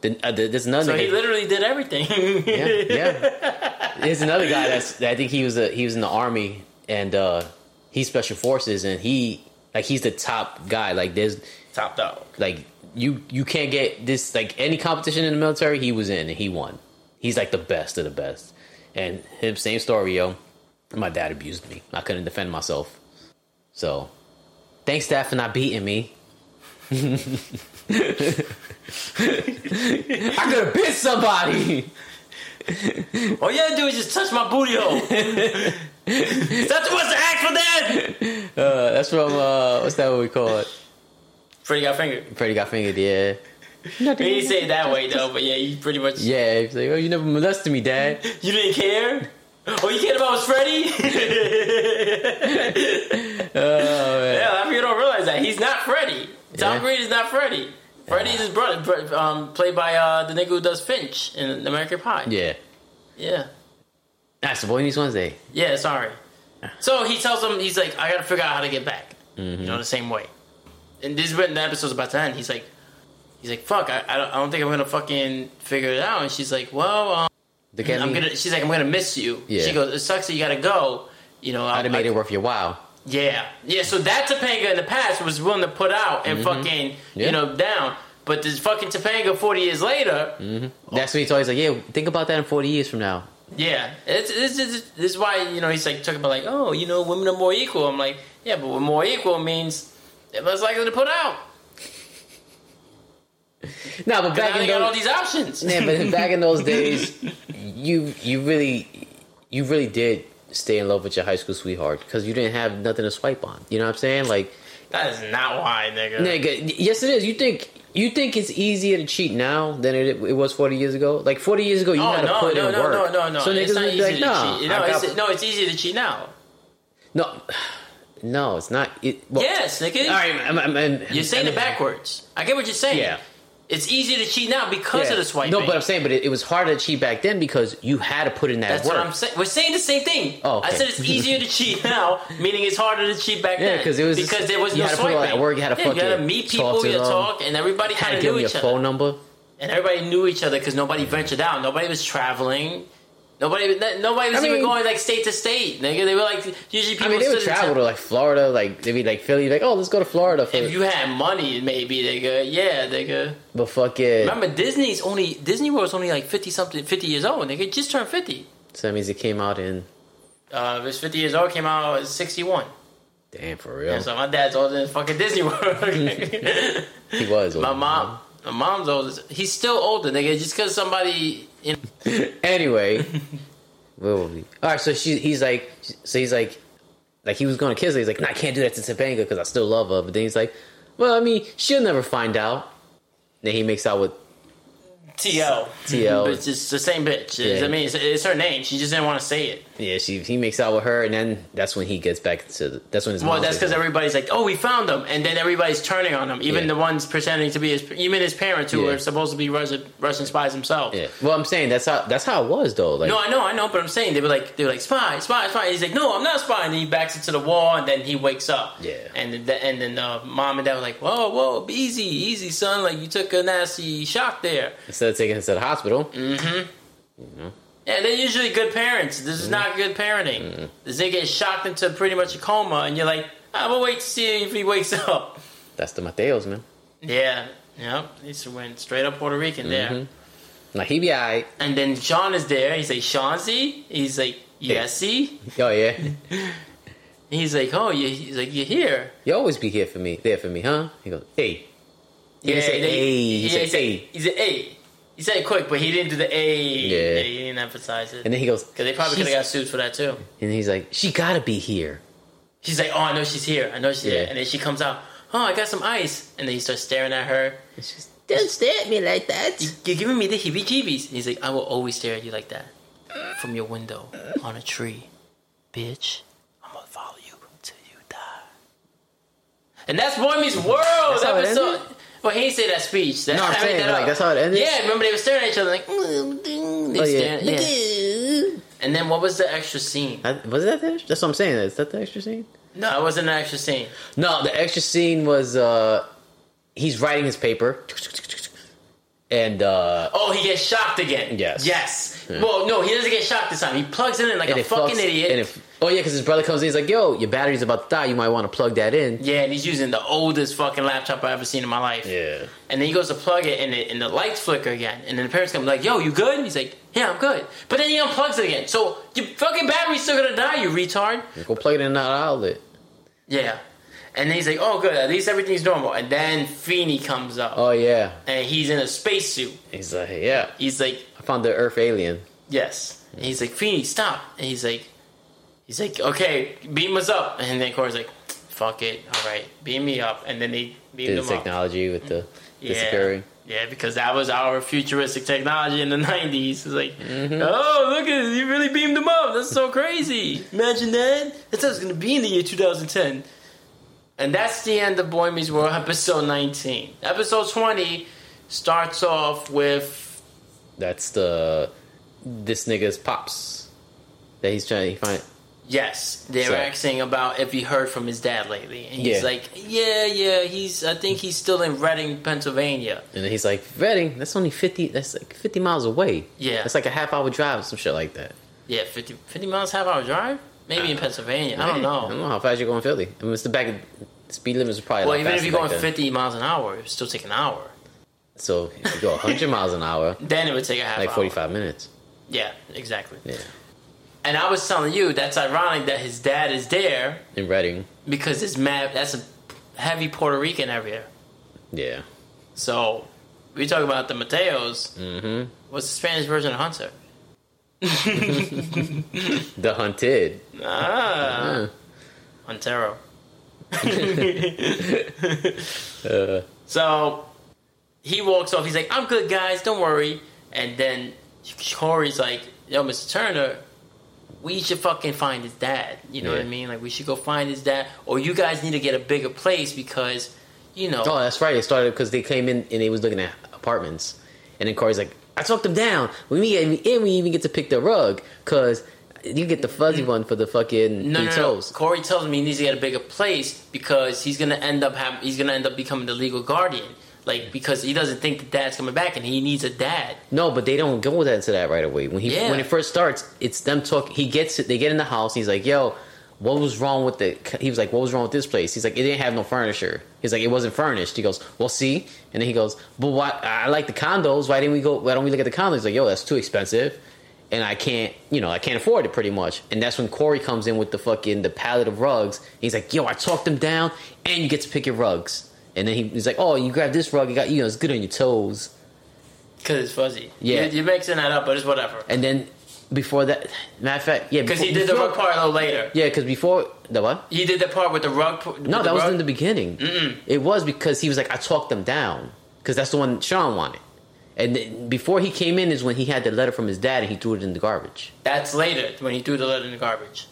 [SPEAKER 2] Then uh, th- there's another
[SPEAKER 1] So he
[SPEAKER 2] nigga-
[SPEAKER 1] literally did everything.
[SPEAKER 2] yeah, yeah. There's another guy that's that I think he was a, he was in the army and uh he's special forces and he like he's the top guy like there's
[SPEAKER 1] Top dog.
[SPEAKER 2] like you you can't get this like any competition in the military he was in and he won he's like the best of the best and him same story yo my dad abused me i couldn't defend myself so thanks dad for not beating me i could have bit somebody
[SPEAKER 1] All you had to do is just touch my booty hole. That's what's the act for that.
[SPEAKER 2] uh, that's from uh what's that what we call it
[SPEAKER 1] Freddy got fingered.
[SPEAKER 2] Pretty Got Fingered, yeah.
[SPEAKER 1] He didn't say it that way though, but yeah, you pretty much
[SPEAKER 2] Yeah, he's like, oh, you never molested me, Dad.
[SPEAKER 1] you didn't care. All you cared about was Freddie.
[SPEAKER 2] Oh, man.
[SPEAKER 1] yeah, a lot of people don't realize that he's not Freddie. Tom
[SPEAKER 2] Yeah.
[SPEAKER 1] Green is not Freddie. Freddie's his brother, br- um, played by uh, the nigga who does Finch in American Pie.
[SPEAKER 2] yeah.
[SPEAKER 1] yeah.
[SPEAKER 2] That's the eh? boy needs Wednesday.
[SPEAKER 1] Yeah, sorry. So he tells him, he's like, I gotta figure out how to get back.
[SPEAKER 2] Mm-hmm.
[SPEAKER 1] You know, the same way. And this is when the episode's about to end. He's like, he's like, fuck, I, I, don't, I don't think I'm gonna fucking figure it out. And she's like, well, um,
[SPEAKER 2] Look at
[SPEAKER 1] I'm
[SPEAKER 2] me.
[SPEAKER 1] gonna. She's like, I'm gonna miss you.
[SPEAKER 2] Yeah.
[SPEAKER 1] She goes, it sucks that you gotta go. You know,
[SPEAKER 2] I'd have made it worth your while.
[SPEAKER 1] Yeah, yeah. So that Topanga in the past was willing to put out and fucking,
[SPEAKER 2] Mm-hmm. Yeah.
[SPEAKER 1] you know, down. But this fucking Topanga, forty years later,
[SPEAKER 2] Mm. That's what he's always like, yeah, think about that in 40 years from now.
[SPEAKER 1] Yeah, it's, it's, it's, this is why you know he's like talking about like oh you know women are more equal. I'm like yeah, but we're more equal means they're less likely to put out.
[SPEAKER 2] No, but
[SPEAKER 1] 'Cause now
[SPEAKER 2] back in
[SPEAKER 1] they got all
[SPEAKER 2] those,
[SPEAKER 1] these options.
[SPEAKER 2] yeah, but back in those days, you you really you really did stay in love with your high school sweetheart because you didn't have nothing to swipe on. You know what I'm saying? Like,
[SPEAKER 1] That is not why, nigga.
[SPEAKER 2] nigga, yes, it is. You think you think it's easier to cheat now than it, it was 40 years ago? Like 40 years ago, you
[SPEAKER 1] oh
[SPEAKER 2] had to
[SPEAKER 1] no,
[SPEAKER 2] put
[SPEAKER 1] no,
[SPEAKER 2] in
[SPEAKER 1] no,
[SPEAKER 2] work.
[SPEAKER 1] no, no, no,
[SPEAKER 2] So niggas
[SPEAKER 1] It's not
[SPEAKER 2] would be
[SPEAKER 1] easy
[SPEAKER 2] like,
[SPEAKER 1] to
[SPEAKER 2] nah,
[SPEAKER 1] cheat.
[SPEAKER 2] I
[SPEAKER 1] No,
[SPEAKER 2] got-
[SPEAKER 1] it's, no, it's easy to cheat now.
[SPEAKER 2] no, no, it's not. It, well,
[SPEAKER 1] yes, nigga.
[SPEAKER 2] All right, I'm, I'm, I'm,
[SPEAKER 1] you're saying
[SPEAKER 2] I'm-
[SPEAKER 1] it backwards. I get what you're saying.
[SPEAKER 2] Yeah.
[SPEAKER 1] It's easy to cheat now because
[SPEAKER 2] Yeah.
[SPEAKER 1] of the swiping.
[SPEAKER 2] No, but I'm saying, but it, it was harder to cheat back then because you had to put in that
[SPEAKER 1] that's
[SPEAKER 2] work.
[SPEAKER 1] what I'm saying. We're saying the same thing.
[SPEAKER 2] Oh, okay.
[SPEAKER 1] I said it's easier to cheat now, meaning it's harder to cheat back
[SPEAKER 2] Yeah,
[SPEAKER 1] then.
[SPEAKER 2] 'cause it was-
[SPEAKER 1] because there was
[SPEAKER 2] you
[SPEAKER 1] no
[SPEAKER 2] had to put
[SPEAKER 1] swiping.
[SPEAKER 2] all that work, you had to
[SPEAKER 1] yeah, you had to
[SPEAKER 2] fucking
[SPEAKER 1] meet
[SPEAKER 2] talk
[SPEAKER 1] people,
[SPEAKER 2] to
[SPEAKER 1] you had to
[SPEAKER 2] them.
[SPEAKER 1] talk, and everybody kind
[SPEAKER 2] Had to
[SPEAKER 1] of
[SPEAKER 2] give
[SPEAKER 1] knew
[SPEAKER 2] me your
[SPEAKER 1] each other.
[SPEAKER 2] phone number.
[SPEAKER 1] and everybody knew each other because nobody ventured out. Nobody was traveling. Nobody, no- nobody was
[SPEAKER 2] I
[SPEAKER 1] even
[SPEAKER 2] mean-
[SPEAKER 1] going like state to state. Nigga, they were like usually people.
[SPEAKER 2] I mean, they would
[SPEAKER 1] stood in
[SPEAKER 2] travel
[SPEAKER 1] town.
[SPEAKER 2] to like Florida, like they'd be like Philly, like oh, let's go to Florida. For,
[SPEAKER 1] If you had money, maybe nigga, yeah, nigga.
[SPEAKER 2] but fuck it,
[SPEAKER 1] Remember, Disney's only Disney World's only like fifty something, fifty years old. Nigga, just turned fifty.
[SPEAKER 2] so that means it came out in
[SPEAKER 1] Uh, if it's fifty years old, came out at sixty-one.
[SPEAKER 2] damn for real.
[SPEAKER 1] So my dad's older than fucking Disney World.
[SPEAKER 2] he was
[SPEAKER 1] my
[SPEAKER 2] old.
[SPEAKER 1] mom, my mom's older. He's still older, nigga. Just because somebody, you know,
[SPEAKER 2] Anyway, where were we? All right, so she, he's like, so he's like, like he was going to kiss her. He's like, no, I can't do that to Topanga because I still love her. But then he's like, well, I mean, she'll never find out. Then he makes out with
[SPEAKER 1] T.O.
[SPEAKER 2] T.O..
[SPEAKER 1] But It's just the same bitch. It's- I
[SPEAKER 2] Yeah.
[SPEAKER 1] mean, it's, it's her name. She just didn't want to say it.
[SPEAKER 2] Yeah, she he makes out with her, and then that's when he gets back to the, that's when his
[SPEAKER 1] Well,
[SPEAKER 2] mom's
[SPEAKER 1] that's
[SPEAKER 2] like,
[SPEAKER 1] because everybody's like, "Oh, we found them," and then everybody's turning on him. Even
[SPEAKER 2] Yeah.
[SPEAKER 1] the ones pretending to be his, even his parents who
[SPEAKER 2] Yeah.
[SPEAKER 1] are supposed to be Russian, Russian spies themselves.
[SPEAKER 2] yeah. Well, I'm saying that's how that's how it was though. Like
[SPEAKER 1] No, I know, I know, but I'm saying they were like, they were like, "Spy, spy, spy." He's like, "No, I'm not spying." And he backs into the wall, and then he wakes up.
[SPEAKER 2] Yeah.
[SPEAKER 1] And then, and then uh, mom and dad were like, "Whoa, whoa, be easy, easy, son. Like you took a nasty shock there."
[SPEAKER 2] instead of taking us to the hospital,
[SPEAKER 1] Mm. Yeah, they're usually good parents. This is not good parenting. This nigga is shocked into pretty much a coma, and you're like, I'm gonna wait to see if he wakes up.
[SPEAKER 2] that's the Mateos man.
[SPEAKER 1] Yeah, yep. He went straight up Puerto Rican there.
[SPEAKER 2] Now he be alright.
[SPEAKER 1] And then Sean is there. He's like, Seansy? He's like, Yesy?
[SPEAKER 2] Oh yeah,
[SPEAKER 1] He's like, oh, you, he's like, you're here.
[SPEAKER 2] you always be here for me, there for me, huh? He goes, hey, He didn't say "ay," he said
[SPEAKER 1] he said,
[SPEAKER 2] "ay."
[SPEAKER 1] He said, "ay." He said it quick, but he didn't do the A.
[SPEAKER 2] Yeah.
[SPEAKER 1] he didn't emphasize it.
[SPEAKER 2] and then he goes,
[SPEAKER 1] Because they probably could
[SPEAKER 2] "She's-"
[SPEAKER 1] have got sued for that too.
[SPEAKER 2] And he's like, she gotta be here.
[SPEAKER 1] She's like, oh, I know she's here. I know she's here.
[SPEAKER 2] Yeah.
[SPEAKER 1] And then she comes out, oh, I got some ice. And then he starts staring at her.
[SPEAKER 2] It's just, Don't stare at me like that.
[SPEAKER 1] You're giving me the heebie jeebies. He's like, I will always stare at you like that. From your window on a tree. Bitch, I'm gonna follow you till you die. And that's Boy Meets World
[SPEAKER 2] how it
[SPEAKER 1] episode.
[SPEAKER 2] ended?
[SPEAKER 1] Well, he didn't say that speech. That's
[SPEAKER 2] No, I'm
[SPEAKER 1] I made
[SPEAKER 2] saying,
[SPEAKER 1] that
[SPEAKER 2] like,
[SPEAKER 1] up.
[SPEAKER 2] that's how it ended?
[SPEAKER 1] Yeah, remember they were staring at each other like, mm, they
[SPEAKER 2] Oh, yeah.
[SPEAKER 1] staring- yeah. And then what was the extra scene?
[SPEAKER 2] I- was that the, that's what I'm saying? Is that the extra scene?
[SPEAKER 1] No, it wasn't an extra scene.
[SPEAKER 2] No, the extra scene was uh he's writing his paper, and uh
[SPEAKER 1] Oh, he gets shocked again.
[SPEAKER 2] Yes. Hmm.
[SPEAKER 1] Yes. Well, no, he doesn't get shocked this time. He plugs it in like
[SPEAKER 2] and
[SPEAKER 1] a
[SPEAKER 2] it
[SPEAKER 1] fucking
[SPEAKER 2] fucks-
[SPEAKER 1] idiot.
[SPEAKER 2] And if, oh yeah, because his brother comes in, he's like, "Yo, your battery's about to die. You might want to plug that in."
[SPEAKER 1] yeah, and he's using the oldest fucking laptop I've ever seen in my life.
[SPEAKER 2] Yeah.
[SPEAKER 1] And then he goes to plug it, and, it, and the lights flicker again. And then the parents come like, "Yo, you good?" And he's like, "Yeah, I'm good." But then he unplugs it again. So your fucking battery's still gonna die, you retard.
[SPEAKER 2] Go plug it in that outlet.
[SPEAKER 1] Yeah. And then he's like, "Oh, good. At least everything's normal." And then Feeny comes up,
[SPEAKER 2] Oh yeah.
[SPEAKER 1] and he's in a spacesuit.
[SPEAKER 2] He's like, "Yeah,
[SPEAKER 1] He's like,
[SPEAKER 2] I found the Earth alien."
[SPEAKER 1] Yes. And he's like, Feeny, stop. And he's like, he's like, okay, beam us up. And then Corey's like, fuck it, all right, beam me up. And then they beam
[SPEAKER 2] Did the
[SPEAKER 1] him up.
[SPEAKER 2] technology with the
[SPEAKER 1] Yeah.
[SPEAKER 2] disappearing.
[SPEAKER 1] Yeah, because that was our futuristic technology in the 90s. It's like, oh, look at it. You really beamed them up. That's so crazy. Imagine that. That's how it's going to be in the year 2010. And that's the end of Boy Meets World, episode 19. Episode 20 starts off with,
[SPEAKER 2] That's the this nigga's pops that he's trying to find.
[SPEAKER 1] yes, they were
[SPEAKER 2] So-
[SPEAKER 1] asking about if he heard from his dad lately. And he's
[SPEAKER 2] Yeah.
[SPEAKER 1] like, yeah, yeah, he's, I think he's still in Reading, Pennsylvania.
[SPEAKER 2] And then he's like, Reading, that's only 50, that's like 50 miles away.
[SPEAKER 1] Yeah.
[SPEAKER 2] That's like a half hour drive or some shit like Ah. that.
[SPEAKER 1] Yeah, 50, 50 miles, half hour drive? Maybe in Pennsylvania. I don't
[SPEAKER 2] I
[SPEAKER 1] know.
[SPEAKER 2] don't know how fast you're going in Philly. I mean, it's the back, speed limits are probably a
[SPEAKER 1] Well,
[SPEAKER 2] lot
[SPEAKER 1] even if
[SPEAKER 2] faster
[SPEAKER 1] you're going
[SPEAKER 2] back then.
[SPEAKER 1] 50 miles an hour, it would still take an hour.
[SPEAKER 2] So if you go 100 miles an hour,
[SPEAKER 1] Then it would take a half
[SPEAKER 2] like
[SPEAKER 1] hour.
[SPEAKER 2] 45 minutes.
[SPEAKER 1] Yeah, exactly.
[SPEAKER 2] Yeah.
[SPEAKER 1] And I was telling you, that's ironic that his dad is there
[SPEAKER 2] In Reading,
[SPEAKER 1] because it's mad. That's a heavy Puerto Rican area.
[SPEAKER 2] yeah.
[SPEAKER 1] So we talk about the Mateos.
[SPEAKER 2] Mm-hmm.
[SPEAKER 1] What's the Spanish version of Hunter?
[SPEAKER 2] The Hunted.
[SPEAKER 1] Ah,
[SPEAKER 2] Uh,
[SPEAKER 1] Montero.
[SPEAKER 2] uh,
[SPEAKER 1] So he walks off. He's like, "I'm good, guys. Don't worry." And then Corey's like, "Yo, Mr. Turner, we should fucking find his dad. You know what I
[SPEAKER 2] Yeah.
[SPEAKER 1] mean? Like, we should go find his dad. Or you guys need to get a bigger place because, you know,
[SPEAKER 2] oh, that's right. It started because they came in and they was looking at apartments. And then Corey's like, I talked them down. When we get in, we even get to pick the rug because you get the fuzzy one for the fucking
[SPEAKER 1] Mm. no,
[SPEAKER 2] three
[SPEAKER 1] no, no.
[SPEAKER 2] toes.
[SPEAKER 1] Corey tells me he needs to get a bigger place because he's gonna end up having, he's gonna end up becoming the legal guardian. Like, because he doesn't think the dad's coming back and he needs a dad.
[SPEAKER 2] No, but they don't go into that right away. When he
[SPEAKER 1] Yeah.
[SPEAKER 2] when it first starts, it's them talk. He gets it. They get in the house. He's like, "Yo, what was wrong with the?" He was like, "What was wrong with this place?" He's like, "It didn't have no furniture." He's like, "It wasn't furnished." He goes, "Well, see." And then he goes, "But why? I like the condos. Why didn't we go? Why don't we look at the condos?" He's like, "Yo, that's too expensive." And I can't, you know, I can't afford it pretty much. And that's when Corey comes in with the fucking the pallet of rugs. He's like, "Yo, I talked them down, and you get to pick your rugs." And then he, he's like, "Oh, you grab this rug, you got, you know, it's good on your toes."
[SPEAKER 1] Because it's fuzzy.
[SPEAKER 2] Yeah.
[SPEAKER 1] You, you're mixing that up, but it's whatever.
[SPEAKER 2] And then before that, matter of fact, yeah,
[SPEAKER 1] Because
[SPEAKER 2] before,
[SPEAKER 1] he did the
[SPEAKER 2] before-
[SPEAKER 1] rug part a little later.
[SPEAKER 2] Yeah, because before the what?
[SPEAKER 1] He did the part with the rug. with
[SPEAKER 2] No,
[SPEAKER 1] the
[SPEAKER 2] that was
[SPEAKER 1] rug.
[SPEAKER 2] in the beginning. It was because he was like, I talked them down because that's the one Sean wanted. And then before he came in is when he had the letter from his dad and he threw it in the garbage.
[SPEAKER 1] That's later when he threw the letter in the garbage.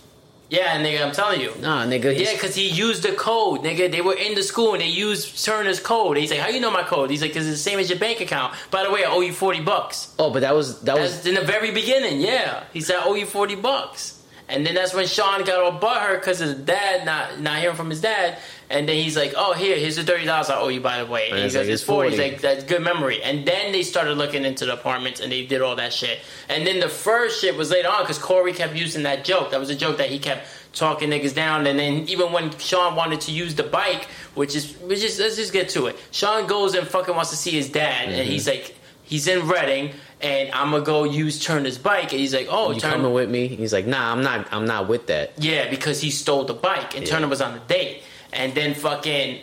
[SPEAKER 1] Yeah, nigga, I'm telling you.
[SPEAKER 2] Nah, nigga.
[SPEAKER 1] Yeah, because he used the code, nigga. They were in the school and they used Turner's code. He's like, "How you know my code?" He's like, "Cause it's the same as your bank account." By the way, I owe you forty bucks.
[SPEAKER 2] oh, but that was that was
[SPEAKER 1] That's in the very beginning. Yeah, he said, "I owe you forty bucks," and then that's when Sean got all butthurt because his dad not not hearing from his dad. And then he's like, "Oh, here, here's the thirty dollars I owe you." By the way, and,
[SPEAKER 2] And
[SPEAKER 1] he
[SPEAKER 2] it's
[SPEAKER 1] goes,
[SPEAKER 2] like,
[SPEAKER 1] "It's
[SPEAKER 2] it's
[SPEAKER 1] 40.
[SPEAKER 2] 40.
[SPEAKER 1] He's like, "That's good memory." And then they started looking into the apartments and they did all that shit. And then the first shit was later on because Corey kept using that joke. That was a joke that he kept talking niggas down. And then even when Sean wanted to use the bike, which is, which is, let's just get to it. Sean goes and fucking wants to see his dad, and he's like, he's in Reading. And I'm gonna go use Turner's bike, and he's like, "Oh,
[SPEAKER 2] you
[SPEAKER 1] Turner,
[SPEAKER 2] coming with me? He's like, Nah, I'm not. I'm not with that.
[SPEAKER 1] yeah, because he stole the bike and
[SPEAKER 2] Yeah.
[SPEAKER 1] Turner was on the date. And then fucking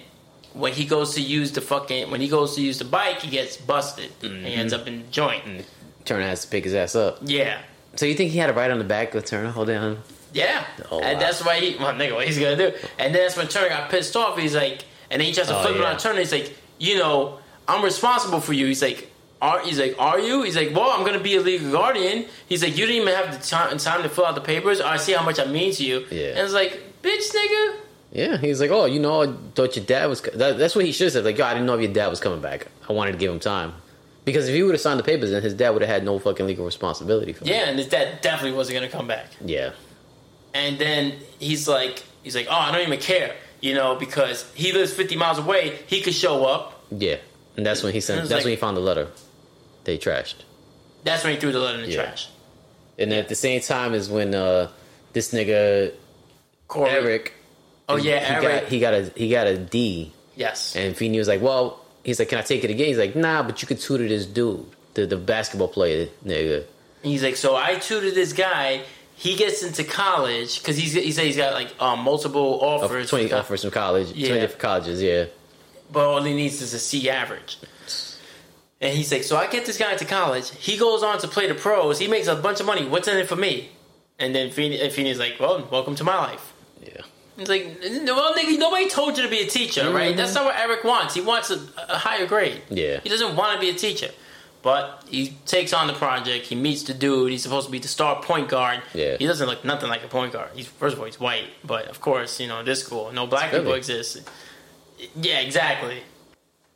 [SPEAKER 1] when he goes to use the fucking when he goes to use the bike, he gets busted.
[SPEAKER 2] Mm-hmm.
[SPEAKER 1] And he ends up in the joint.
[SPEAKER 2] Mm. Turner has to pick his ass up.
[SPEAKER 1] Yeah.
[SPEAKER 2] So you think he had a right on the back of Turner? Hold on.
[SPEAKER 1] Yeah.
[SPEAKER 2] Oh,
[SPEAKER 1] and
[SPEAKER 2] wow.
[SPEAKER 1] that's why he well nigga what he's gonna do. And then that's when Turner got pissed off, he's like and then he tries to
[SPEAKER 2] Oh,
[SPEAKER 1] flip it
[SPEAKER 2] yeah.
[SPEAKER 1] on Turner, he's like, you know, I'm responsible for you. He's like are, he's like, are you? He's like, well, I'm gonna be a legal guardian. He's like, you didn't even have the time, time to fill out the papers. I see how much I mean to you.
[SPEAKER 2] Yeah.
[SPEAKER 1] And it's like, bitch, nigga,
[SPEAKER 2] Yeah, he's like, oh, you know, I thought your dad was. co-" That, that's what he should have said. Like, yo, I didn't know if your dad was coming back. I wanted to give him time because if he would have signed the papers, then his dad would have had no fucking legal responsibility for
[SPEAKER 1] Yeah, and his dad definitely wasn't gonna come back.
[SPEAKER 2] it. Yeah,
[SPEAKER 1] And then he's like, he's like, oh, I don't even care, you know, because he lives 50 miles away. He could show up.
[SPEAKER 2] yeah, and that's when he sent.
[SPEAKER 1] It was
[SPEAKER 2] That's
[SPEAKER 1] like-
[SPEAKER 2] when he found the letter. They trashed,
[SPEAKER 1] That's when he threw the letter in the
[SPEAKER 2] Yeah.
[SPEAKER 1] trash.
[SPEAKER 2] and at the same time is when uh, this nigga
[SPEAKER 1] Corey.
[SPEAKER 2] Eric.
[SPEAKER 1] Oh yeah,
[SPEAKER 2] he
[SPEAKER 1] Eric.
[SPEAKER 2] got he got a he got a D,
[SPEAKER 1] yes.
[SPEAKER 2] and Feeney was like, well, he's like, can I take it again? He's like, nah, but you could tutor this dude, the the basketball player, nigga.
[SPEAKER 1] And he's like, so I tutored this guy. He gets into college because he's he said he's got like um, multiple
[SPEAKER 2] Of
[SPEAKER 1] offers,
[SPEAKER 2] twenty offers from college,
[SPEAKER 1] Yeah.
[SPEAKER 2] twenty different colleges, yeah.
[SPEAKER 1] but all he needs is a C average. And he's like, so I get this guy into college. He goes on to play the pros. He makes a bunch of money. What's in it for me? And then Feeney, Feeney's like, well, welcome to my life.
[SPEAKER 2] Yeah.
[SPEAKER 1] It's like, well, nigga, nobody told you to be a teacher, right? That's not what Eric wants. He wants a, a higher grade.
[SPEAKER 2] Mm-hmm. Yeah.
[SPEAKER 1] He doesn't want to be a teacher. But he takes on the project. He meets the dude. He's supposed to be the star point guard.
[SPEAKER 2] Yeah.
[SPEAKER 1] He doesn't look nothing like a point guard. He's first of all he's white, but of course you know this school no black
[SPEAKER 2] Philly.
[SPEAKER 1] people exist. Yeah, exactly.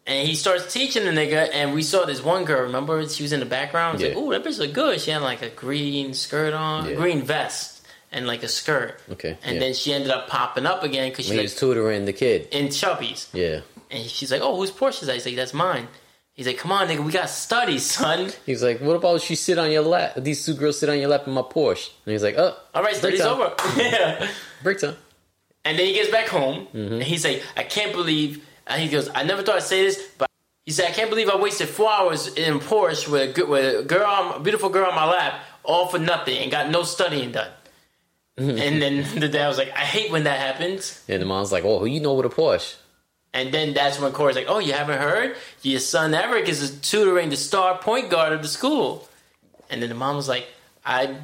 [SPEAKER 1] And he starts teaching the nigga, and we saw this one girl. Remember, she was in the background. It's
[SPEAKER 2] Yeah.
[SPEAKER 1] like, ooh, that bitch look good. She had like a green skirt on,
[SPEAKER 2] Yeah.
[SPEAKER 1] green vest, and like a skirt.
[SPEAKER 2] Okay,
[SPEAKER 1] And
[SPEAKER 2] yeah.
[SPEAKER 1] then she ended up popping up again because she
[SPEAKER 2] When he
[SPEAKER 1] like,
[SPEAKER 2] was tutoring the kid.
[SPEAKER 1] in chubbies.
[SPEAKER 2] Yeah.
[SPEAKER 1] And she's like, oh, whose Porsche is that? He's like, that's mine. He's like, come on, nigga, we got studies, son.
[SPEAKER 2] He's like, what about she sit on your lap? These two girls sit on your lap in my Porsche. And he's like, oh.
[SPEAKER 1] All right,
[SPEAKER 2] break
[SPEAKER 1] studies
[SPEAKER 2] time.
[SPEAKER 1] over. yeah.
[SPEAKER 2] Break time.
[SPEAKER 1] And then he gets back home,
[SPEAKER 2] Mm-hmm.
[SPEAKER 1] and he's like, I can't believe. And he goes, I never thought I'd say this, but he said, I can't believe I wasted four hours in Porsche with a, good, with a girl, on, a beautiful girl on my lap, all for nothing, and got no studying done. and then the dad was like, I hate when that happens.
[SPEAKER 2] And the mom's like, oh, who you know with a Porsche?
[SPEAKER 1] And then that's when Corey's like, "Oh, you haven't heard? Your son Eric is tutoring the star point guard of the school." And then the mom was like, "I,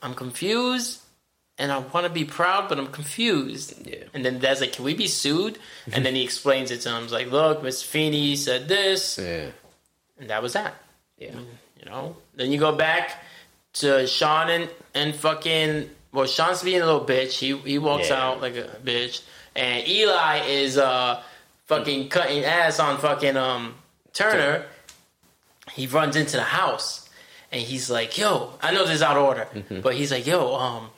[SPEAKER 1] I'm confused, and I want to be proud, but I'm confused."
[SPEAKER 2] Yeah.
[SPEAKER 1] And then Dad's like, "Can we be sued?" and then he explains it to him. He's like, "Look, Miss Feeney said this,
[SPEAKER 2] Yeah.
[SPEAKER 1] and that was that."
[SPEAKER 2] Yeah.
[SPEAKER 1] You know. Then you go back to Sean and and fucking well, Sean's being a little bitch. He he walks
[SPEAKER 2] Yeah.
[SPEAKER 1] out like a bitch, and Eli is uh fucking cutting ass on fucking um Turner. He runs into the house, and he's like, "Yo, I know this is out of order,
[SPEAKER 2] Mm-hmm.
[SPEAKER 1] but he's like, yo, um."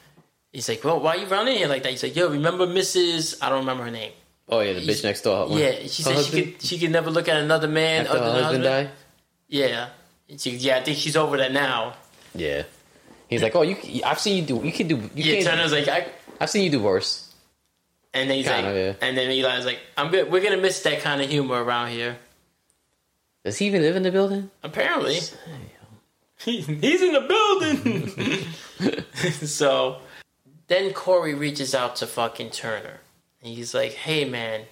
[SPEAKER 1] He's like, well, why you running here like that? He's like, yo, remember Mrs. I don't remember her name.
[SPEAKER 2] Oh, yeah, the bitch next door. Her-
[SPEAKER 1] Yeah, she
[SPEAKER 2] her
[SPEAKER 1] said she
[SPEAKER 2] husband-
[SPEAKER 1] could she could never look at another man
[SPEAKER 2] After
[SPEAKER 1] other
[SPEAKER 2] her
[SPEAKER 1] than her
[SPEAKER 2] husband
[SPEAKER 1] husband.
[SPEAKER 2] died?
[SPEAKER 1] Yeah. She, yeah, I think she's over that now.
[SPEAKER 2] Yeah. He's like, oh, you. I've seen you do. You can do. You
[SPEAKER 1] Yeah,
[SPEAKER 2] can't,
[SPEAKER 1] Turner's like, I,
[SPEAKER 2] I've seen you do worse.
[SPEAKER 1] and then he's
[SPEAKER 2] Kinda,
[SPEAKER 1] like,
[SPEAKER 2] yeah.
[SPEAKER 1] and then Eli's like, I'm good. We're gonna miss that kind of humor around here.
[SPEAKER 2] Does he even live in the building?
[SPEAKER 1] Apparently, he, he's in the building. so then Corey reaches out to fucking Turner, and he's like, "Hey, man."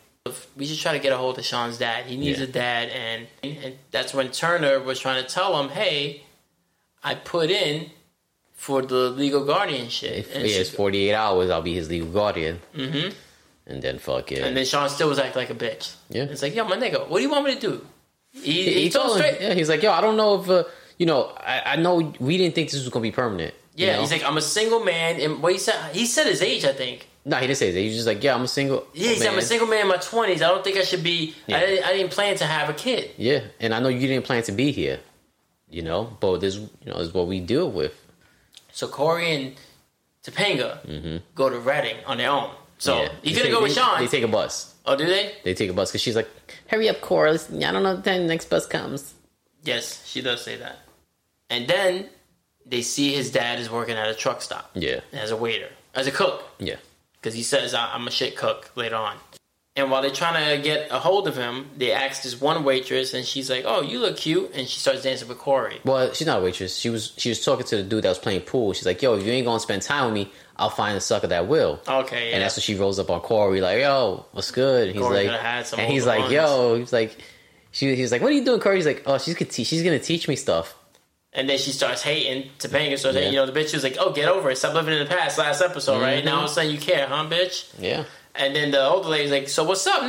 [SPEAKER 1] We should try to get a hold of Sean's dad. He needs
[SPEAKER 2] Yeah.
[SPEAKER 1] a dad, and, and that's when Turner was trying to tell him, "Hey, I put in for the legal guardianship."
[SPEAKER 2] If
[SPEAKER 1] And
[SPEAKER 2] yeah,
[SPEAKER 1] she-
[SPEAKER 2] it's 48 hours, I'll be his legal guardian. Mm-hmm. And then fuck it.
[SPEAKER 1] And then Sean still was acting like a bitch.
[SPEAKER 2] Yeah.
[SPEAKER 1] It's like, yo, my nigga, what do you want me to do? He,
[SPEAKER 2] he,
[SPEAKER 1] he, told
[SPEAKER 2] him,
[SPEAKER 1] straight.
[SPEAKER 2] yeah, he's like, yo, I don't know if, uh, you know, I, I know we didn't think this was going to be permanent. you
[SPEAKER 1] Yeah,
[SPEAKER 2] know?
[SPEAKER 1] he's like, I'm a single man. And what he said, he said his age, I think.
[SPEAKER 2] no, he didn't say that. He's just like, yeah, I'm a single.
[SPEAKER 1] Yeah, he said, I'm a
[SPEAKER 2] Oh, man.
[SPEAKER 1] single man in my 20s. I don't think I should be,
[SPEAKER 2] Yeah.
[SPEAKER 1] I, didn't, I didn't plan to have a kid.
[SPEAKER 2] Yeah, and I know you didn't plan to be here, you know, but this, you know, is what we deal with.
[SPEAKER 1] So Corey and Topanga go to Reading on their own. So
[SPEAKER 2] Mm-hmm. yeah.
[SPEAKER 1] you
[SPEAKER 2] They
[SPEAKER 1] could
[SPEAKER 2] take-
[SPEAKER 1] go with
[SPEAKER 2] they-
[SPEAKER 1] Sean.
[SPEAKER 2] They take a bus.
[SPEAKER 1] oh, do they?
[SPEAKER 2] They take a bus because she's like, hurry up, Cora. Let's- I don't know the time the next bus comes.
[SPEAKER 1] Yes, she does say that. And then they see his dad is working at a truck stop
[SPEAKER 2] Yeah,
[SPEAKER 1] as a waiter, as a cook.
[SPEAKER 2] yeah.
[SPEAKER 1] because he says "I- I'm a shit cook later on. And while they're trying to get a hold of him, they ask this one waitress, and she's like, "Oh, you look cute," and she starts dancing with Corey.
[SPEAKER 2] Well, she's not a waitress. She was she was talking to the dude that was playing pool. She's like, yo, if you ain't gonna spend time with me, I'll find a sucker that will.
[SPEAKER 1] Okay, yeah.
[SPEAKER 2] And that's when she rolls up on Corey, like, yo, what's good? And he's
[SPEAKER 1] Corey
[SPEAKER 2] like,
[SPEAKER 1] could've had some
[SPEAKER 2] and he's
[SPEAKER 1] older
[SPEAKER 2] like, yo, he's like, she, he's like, what are you doing, Corey? He's like, oh, she's gonna teach, she's gonna teach me stuff.
[SPEAKER 1] and then she starts hating Topanga. So
[SPEAKER 2] Yeah. Mm-hmm.
[SPEAKER 1] then you know the bitch was like, "Oh, get over it. Stop living in the past." Last episode, right? Now all of a sudden you care, huh, bitch?
[SPEAKER 2] Yeah,
[SPEAKER 1] And then the older lady's like, "So what's up,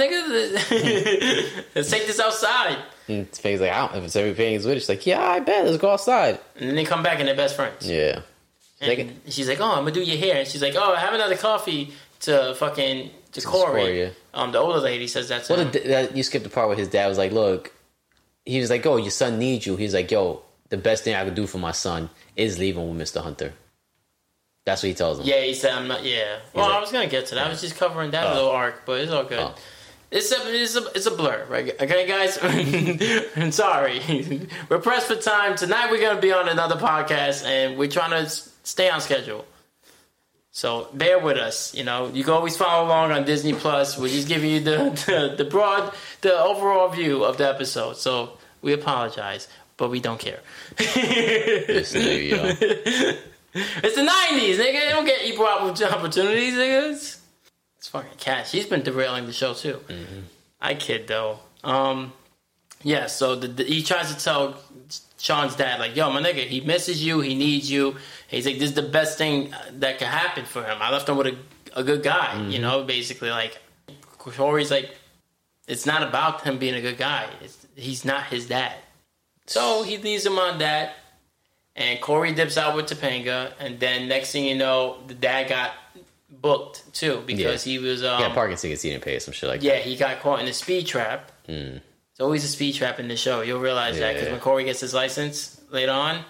[SPEAKER 1] nigga? Let's take this outside."
[SPEAKER 2] and Faye's like, I don't. If it's everything's with it, she's like, yeah, I bet. Let's go outside.
[SPEAKER 1] And then they come back and they're best friends.
[SPEAKER 2] Yeah, she's like,
[SPEAKER 1] And she's like, "Oh, I'm gonna do your hair," and she's like, "Oh, have another coffee to fucking to
[SPEAKER 2] Corey,
[SPEAKER 1] Corey."
[SPEAKER 2] yeah.
[SPEAKER 1] Um, the older lady says that. To
[SPEAKER 2] Well,
[SPEAKER 1] him.
[SPEAKER 2] the, that, you skipped the part where his dad was like, "Look," he was like, "Oh, your son needs you." He's like, "Yo, the best thing I could do for my son is leaving with Mister Hunter." That's what he tells him.
[SPEAKER 1] Yeah, he said I'm not. Yeah. Well,
[SPEAKER 2] like-
[SPEAKER 1] I was gonna get to that. I was just covering that
[SPEAKER 2] Oh.
[SPEAKER 1] little arc, but it's all good.
[SPEAKER 2] Oh.
[SPEAKER 1] It's a, it's a it's a blur, right? Okay, guys. I'm sorry. we're pressed for time. Tonight we're gonna be on another podcast, and we're trying to s- stay on schedule. So bear with us. You know, you can always follow along on Disney Plus. We're just giving you the, the the broad, the overall view of the episode. So we apologize, but we don't care.
[SPEAKER 2] This nigga, yo.
[SPEAKER 1] It's the nineties, nigga. They don't get equal opp- opportunities, niggas. It's fucking cash. He's been derailing the show too. I kid though. Um, yeah. So the, the, he tries to tell Sean's dad, like, "Yo, my nigga, he misses you. He needs you." He's like, "This is the best thing that could happen for him." I left him with a, a good guy. You know, basically, like Corey's like, it's not about him being a good guy. It's, he's not his dad. So he leaves him on that, and Corey dips out with Topanga, and then next thing you know, the dad got booked too because he was um,
[SPEAKER 2] Yeah, parking tickets. He didn't pay some shit like
[SPEAKER 1] yeah, he got caught in a speed trap. It's always a speed trap in the show. You'll realize that because
[SPEAKER 2] Hmm. Yeah. Hmm.
[SPEAKER 1] when Corey gets his license later on,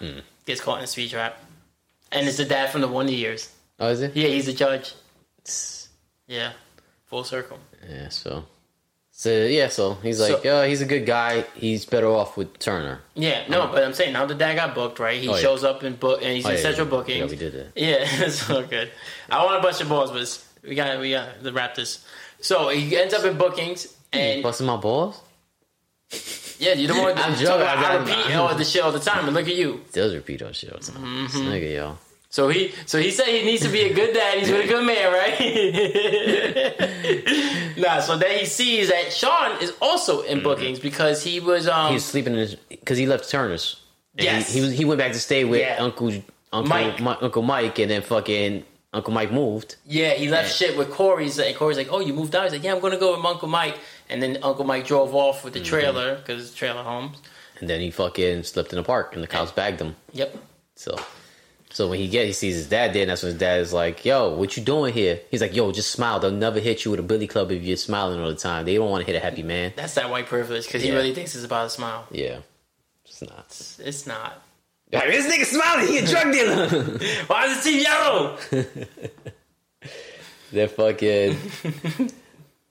[SPEAKER 1] gets caught in a speed trap, and it's the dad from the Wonder Years.
[SPEAKER 2] that. Oh, is it?
[SPEAKER 1] Yeah, he's a judge.
[SPEAKER 2] Tss.
[SPEAKER 1] Yeah, full circle.
[SPEAKER 2] Yeah. So. So yeah. So he's like,
[SPEAKER 1] So-
[SPEAKER 2] oh, he's a good guy. He's better off with Turner.
[SPEAKER 1] Yeah, no, but I'm saying now the dad got booked, right? He
[SPEAKER 2] Um, Oh, yeah.
[SPEAKER 1] shows up in book and he's in
[SPEAKER 2] yeah,
[SPEAKER 1] central
[SPEAKER 2] yeah.
[SPEAKER 1] booking.
[SPEAKER 2] Yeah, we did that.
[SPEAKER 1] Yeah, it's all good. I want to bust your balls, but it's- we got we got to wrap this. So he ends up in bookings, and
[SPEAKER 2] Busting my balls.
[SPEAKER 1] yeah, you don't want to
[SPEAKER 2] Hmm. I'm
[SPEAKER 1] talk
[SPEAKER 2] joking,
[SPEAKER 1] about
[SPEAKER 2] I
[SPEAKER 1] I
[SPEAKER 2] got-
[SPEAKER 1] repeat all the shit all the time. And look at you.
[SPEAKER 2] Does repeat on shit all the time. This
[SPEAKER 1] Mm-hmm.
[SPEAKER 2] nigga, y'all.
[SPEAKER 1] So he so he said he needs to be a good dad. He's with a good man, right? nah. So then he sees that Sean is also
[SPEAKER 2] Mm-hmm.
[SPEAKER 1] in bookings because he was um
[SPEAKER 2] He was sleeping in his because he left Turner's. And
[SPEAKER 1] Yes.
[SPEAKER 2] He, he was. He went back to stay with
[SPEAKER 1] Yeah.
[SPEAKER 2] Uncle Uncle
[SPEAKER 1] Mike.
[SPEAKER 2] Mike. Uncle Mike, and then fucking Uncle Mike moved.
[SPEAKER 1] yeah he left shit with Corey. He's like- And Corey's like, oh, you moved out. He's like, yeah, I'm gonna go with Uncle Mike. And then Uncle Mike drove off
[SPEAKER 2] Mm-hmm.
[SPEAKER 1] with the trailer because trailer homes.
[SPEAKER 2] And then he fucking slept in the park, and the cops bagged him.
[SPEAKER 1] Yep.
[SPEAKER 2] So, so when he get, he sees his dad there, and that's when his dad is like, "Yo, what you doing here?" He's like, "Yo, just smile. They'll never hit you with a billy club if you're smiling all the time. They don't want to hit a happy man."
[SPEAKER 1] That's that white privilege because he
[SPEAKER 2] Yeah.
[SPEAKER 1] really thinks it's about a smile.
[SPEAKER 2] Yeah, it's not.
[SPEAKER 1] It's not.
[SPEAKER 2] Like, this nigga smiling. He a drug dealer.
[SPEAKER 1] Why is the team yellow?
[SPEAKER 2] They're fucking.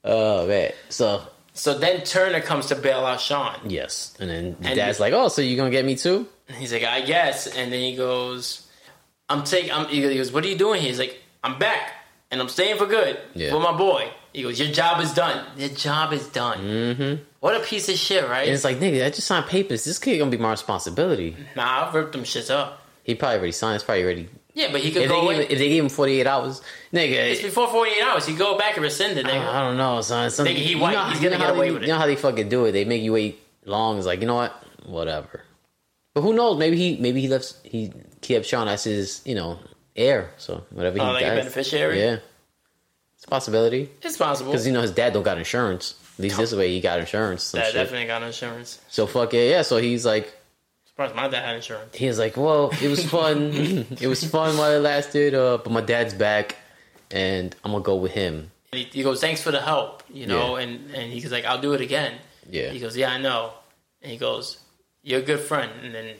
[SPEAKER 2] oh man. So
[SPEAKER 1] So then Turner comes to bail out Sean.
[SPEAKER 2] yes, and then the
[SPEAKER 1] And-
[SPEAKER 2] dad's like, "Oh, so you gonna get me too?"
[SPEAKER 1] He's like, I guess. And then he goes, I'm taking, I'm, he goes, what are you doing here? He's like, I'm back and I'm staying for good
[SPEAKER 2] Yeah.
[SPEAKER 1] with my boy. He goes, your job is done. Your job is done. Mm-hmm. What a piece of shit, right?
[SPEAKER 2] And it's like, nigga, I just signed papers. This kid gonna be my responsibility.
[SPEAKER 1] nah, I've ripped them shits up.
[SPEAKER 2] He probably already signed. It's probably already.
[SPEAKER 1] Yeah, but he could
[SPEAKER 2] If they,
[SPEAKER 1] go
[SPEAKER 2] gave,
[SPEAKER 1] in.
[SPEAKER 2] if they gave him forty eight hours,
[SPEAKER 1] It's
[SPEAKER 2] nigga,
[SPEAKER 1] before 48 hours. He go back and rescind it,
[SPEAKER 2] I
[SPEAKER 1] nigga.
[SPEAKER 2] don't- I don't know, son. Some,
[SPEAKER 1] Nigga, he white. He's gonna
[SPEAKER 2] how
[SPEAKER 1] get away
[SPEAKER 2] they,
[SPEAKER 1] with it.
[SPEAKER 2] You know how they fucking do it? They make you wait long. It's like you know what? Whatever. But who knows? Maybe he maybe he left. He kept Sean as his you know heir. So whatever he
[SPEAKER 1] Oh, like a
[SPEAKER 2] dies-
[SPEAKER 1] beneficiary?
[SPEAKER 2] Yeah, it's a possibility
[SPEAKER 1] it's possible.
[SPEAKER 2] because you know his dad don't got insurance. At least this way he got insurance. Some
[SPEAKER 1] Dad
[SPEAKER 2] shit.
[SPEAKER 1] definitely got insurance.
[SPEAKER 2] So fuck it, yeah. So he's like,
[SPEAKER 1] Surprised my dad had insurance.
[SPEAKER 2] he was like, well, it was fun. it was fun while it lasted. Uh, but my dad's back, and I'm gonna go with him.
[SPEAKER 1] And he, he goes, "Thanks for the help," you know, and and he's like, "I'll do it again."
[SPEAKER 2] Yeah.
[SPEAKER 1] He goes, "Yeah, I know," and he goes, "You're a good friend," and then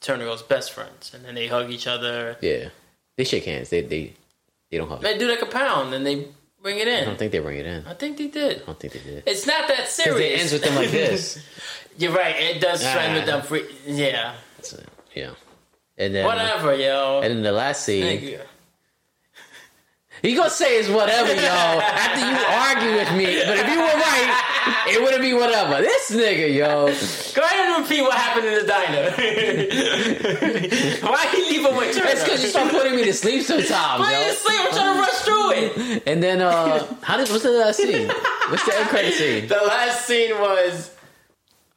[SPEAKER 1] Turner goes, "Best friends," and then they hug each other.
[SPEAKER 2] Yeah, they shake hands. They they they don't hug. I
[SPEAKER 1] They do like a pound, and they bring it in.
[SPEAKER 2] don't think they bring it in.
[SPEAKER 1] I think they did.
[SPEAKER 2] I don't think Uh-huh. they did.
[SPEAKER 1] It's not that serious.
[SPEAKER 2] It ends with them like this.
[SPEAKER 1] You're right. It does trend with them. Free- yeah.
[SPEAKER 2] That's it. Yeah. And then
[SPEAKER 1] Whatever, yo.
[SPEAKER 2] and then the last scene,
[SPEAKER 1] Nigga.
[SPEAKER 2] you gonna say is whatever, yo. After you argue with me, but if you were right, it wouldn't be whatever. This nigga, yo.
[SPEAKER 1] Go ahead and repeat what happened in the diner. Why he leave him with Turner?
[SPEAKER 2] That's because you start putting me to sleep sometimes,
[SPEAKER 1] Why you
[SPEAKER 2] yo.
[SPEAKER 1] sleep? I'm trying to rush through it.
[SPEAKER 2] And then uh, how did what's the last scene? What's the end credit scene?
[SPEAKER 1] The last scene was.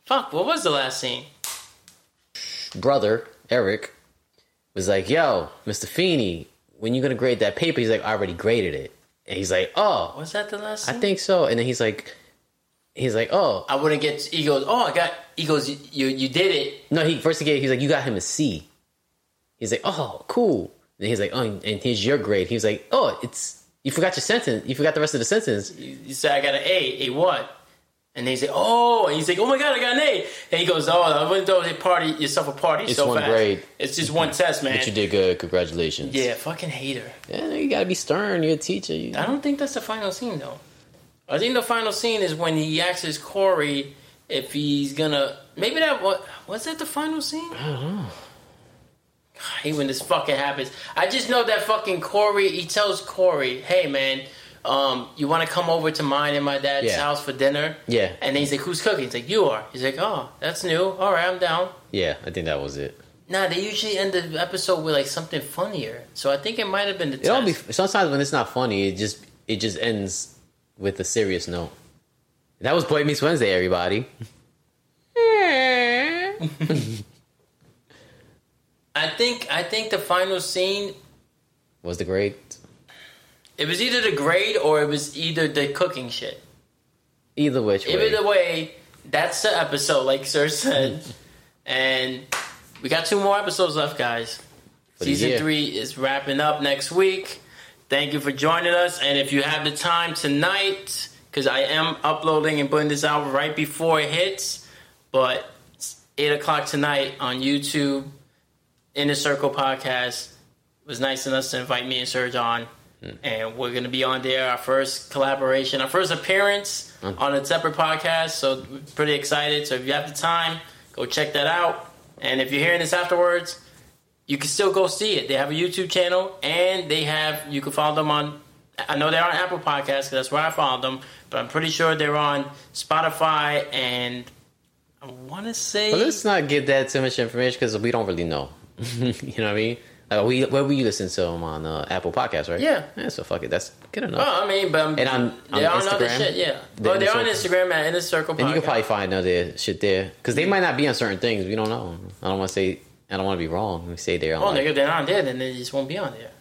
[SPEAKER 1] Fuck, what was the last scene?
[SPEAKER 2] brother, Eric, was like, yo, Mr. Feeney, when you gonna grade that paper? He's like, I already graded it. And he's like, oh,
[SPEAKER 1] Was that the last
[SPEAKER 2] I
[SPEAKER 1] scene?
[SPEAKER 2] think so. And then he's like, he's like, oh,
[SPEAKER 1] I wouldn't get. He goes, Oh, I got. He goes, You you did it.
[SPEAKER 2] no, he first he gave, he's like, you got him a C. He's like, oh, cool. And he's like, oh, and and here's your grade. He was like, oh, it's, you forgot your sentence. You forgot the rest of the sentence.
[SPEAKER 1] You, you said, I got an A. A what? And they say, Oh. And he's like, Oh my God, I got an A. And he goes, Oh, I wouldn't throw a party, yourself a party
[SPEAKER 2] It's
[SPEAKER 1] so
[SPEAKER 2] one
[SPEAKER 1] fast.
[SPEAKER 2] grade.
[SPEAKER 1] It's just one test, man.
[SPEAKER 2] But you did good. Congratulations.
[SPEAKER 1] Yeah, fucking hater.
[SPEAKER 2] Yeah, you gotta be stern. You're a teacher. You,
[SPEAKER 1] I don't think that's the final scene, though. I think the final scene is when he asks Corey if he's gonna. Maybe that was. Was that the final scene?
[SPEAKER 2] I don't know.
[SPEAKER 1] I hate when this fucking happens. I just know that fucking Corey, he tells Corey, hey man, um, you want to come over to mine and my dad's
[SPEAKER 2] Yeah.
[SPEAKER 1] house for dinner?
[SPEAKER 2] Yeah.
[SPEAKER 1] And he's like, who's cooking? He's like, you are. He's like, oh, that's new. All right, I'm down.
[SPEAKER 2] Yeah, I think that was it.
[SPEAKER 1] Nah, they usually end the episode with like something funnier. So I think it might have been the
[SPEAKER 2] It all
[SPEAKER 1] test.
[SPEAKER 2] be sometimes when it's not funny, it just it just ends with a serious note. That was Boy Meets Wednesday, everybody.
[SPEAKER 1] I think I think the final scene
[SPEAKER 2] Was the great?
[SPEAKER 1] It was either the grade or it was either the cooking shit.
[SPEAKER 2] Either which way.
[SPEAKER 1] Either way, that's the episode, like Sir said. and we got two more episodes left, guys.
[SPEAKER 2] For the
[SPEAKER 1] Season
[SPEAKER 2] year.
[SPEAKER 1] three is wrapping up next week. Thank you for joining us. And if you have the time tonight, because I am uploading and putting this out right before it hits, but it's 8 o'clock tonight on YouTube, Inner Circle Podcast. It was nice enough to invite me and Serge on. And we're going to be on there, our first collaboration, our first appearance on a separate podcast. So, we're pretty excited. So, if you have the time, go check that out. And if you're hearing this afterwards, you can still go see it. They have a YouTube channel, and they have you can follow them on. I know they're on Apple Podcasts 'cause that's where I follow them, but I'm pretty sure they're on Spotify and I want to say
[SPEAKER 2] But let's not give that too much information because we don't really know. you know what I mean? Like we, where we listen to them on uh, Apple Podcasts, right?
[SPEAKER 1] Yeah.
[SPEAKER 2] So fuck it, that's good enough.
[SPEAKER 1] Oh, I mean, but I'm,
[SPEAKER 2] And on-
[SPEAKER 1] they're
[SPEAKER 2] on
[SPEAKER 1] on other
[SPEAKER 2] Instagram?
[SPEAKER 1] shit, yeah.
[SPEAKER 2] The
[SPEAKER 1] oh, they're
[SPEAKER 2] Inner
[SPEAKER 1] on Instagram at Inner Circle Podcast.
[SPEAKER 2] and you can probably find other shit there because they might not be on certain things. We don't know. I don't want to say. I don't want to be wrong. We say they're on.
[SPEAKER 1] oh,
[SPEAKER 2] like,
[SPEAKER 1] nigga, if they're not there, then they just won't be on there.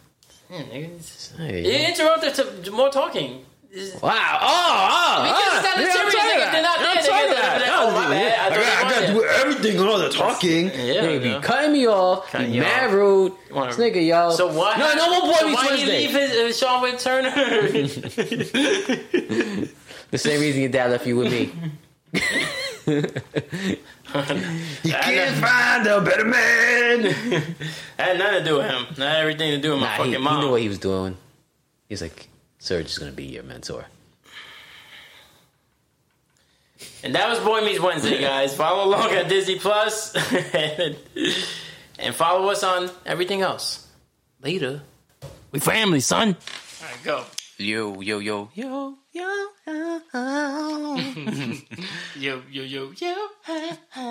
[SPEAKER 1] Hmm, nigga, it's-
[SPEAKER 2] hey,
[SPEAKER 1] You interrupted to more talking. It's-
[SPEAKER 2] Wow! Oh, oh!
[SPEAKER 1] Because it's not a serious thing if they're not there, they get that- that- oh, my bad, I thought they wanted
[SPEAKER 2] everything on all the talking.
[SPEAKER 1] Yeah,
[SPEAKER 2] they be
[SPEAKER 1] yeah.
[SPEAKER 2] cutting me off.
[SPEAKER 1] Cutting
[SPEAKER 2] be
[SPEAKER 1] you
[SPEAKER 2] mad
[SPEAKER 1] off.
[SPEAKER 2] rude.
[SPEAKER 1] Wanna-
[SPEAKER 2] This nigga, yo.
[SPEAKER 1] So why?
[SPEAKER 2] No, no one
[SPEAKER 1] so
[SPEAKER 2] boy me
[SPEAKER 1] why you
[SPEAKER 2] Tuesday.
[SPEAKER 1] leave his, uh, Sean Wynn Turner?
[SPEAKER 2] The same reason your dad left you with me.
[SPEAKER 1] You can't
[SPEAKER 2] find a better man.
[SPEAKER 1] had nothing to do with him. Not everything to do with my
[SPEAKER 2] Nah, he,
[SPEAKER 1] fucking
[SPEAKER 2] he
[SPEAKER 1] mom.
[SPEAKER 2] knew what he was doing. He's like, Serge is gonna be your mentor.
[SPEAKER 1] And that was Boy Meets Wednesday, guys. follow along at Disney Plus, and, and follow us on everything else. Later. We family, son. All right, go.
[SPEAKER 2] Yo, yo, yo, yo, yo.
[SPEAKER 1] Yo, yo, yo, yo.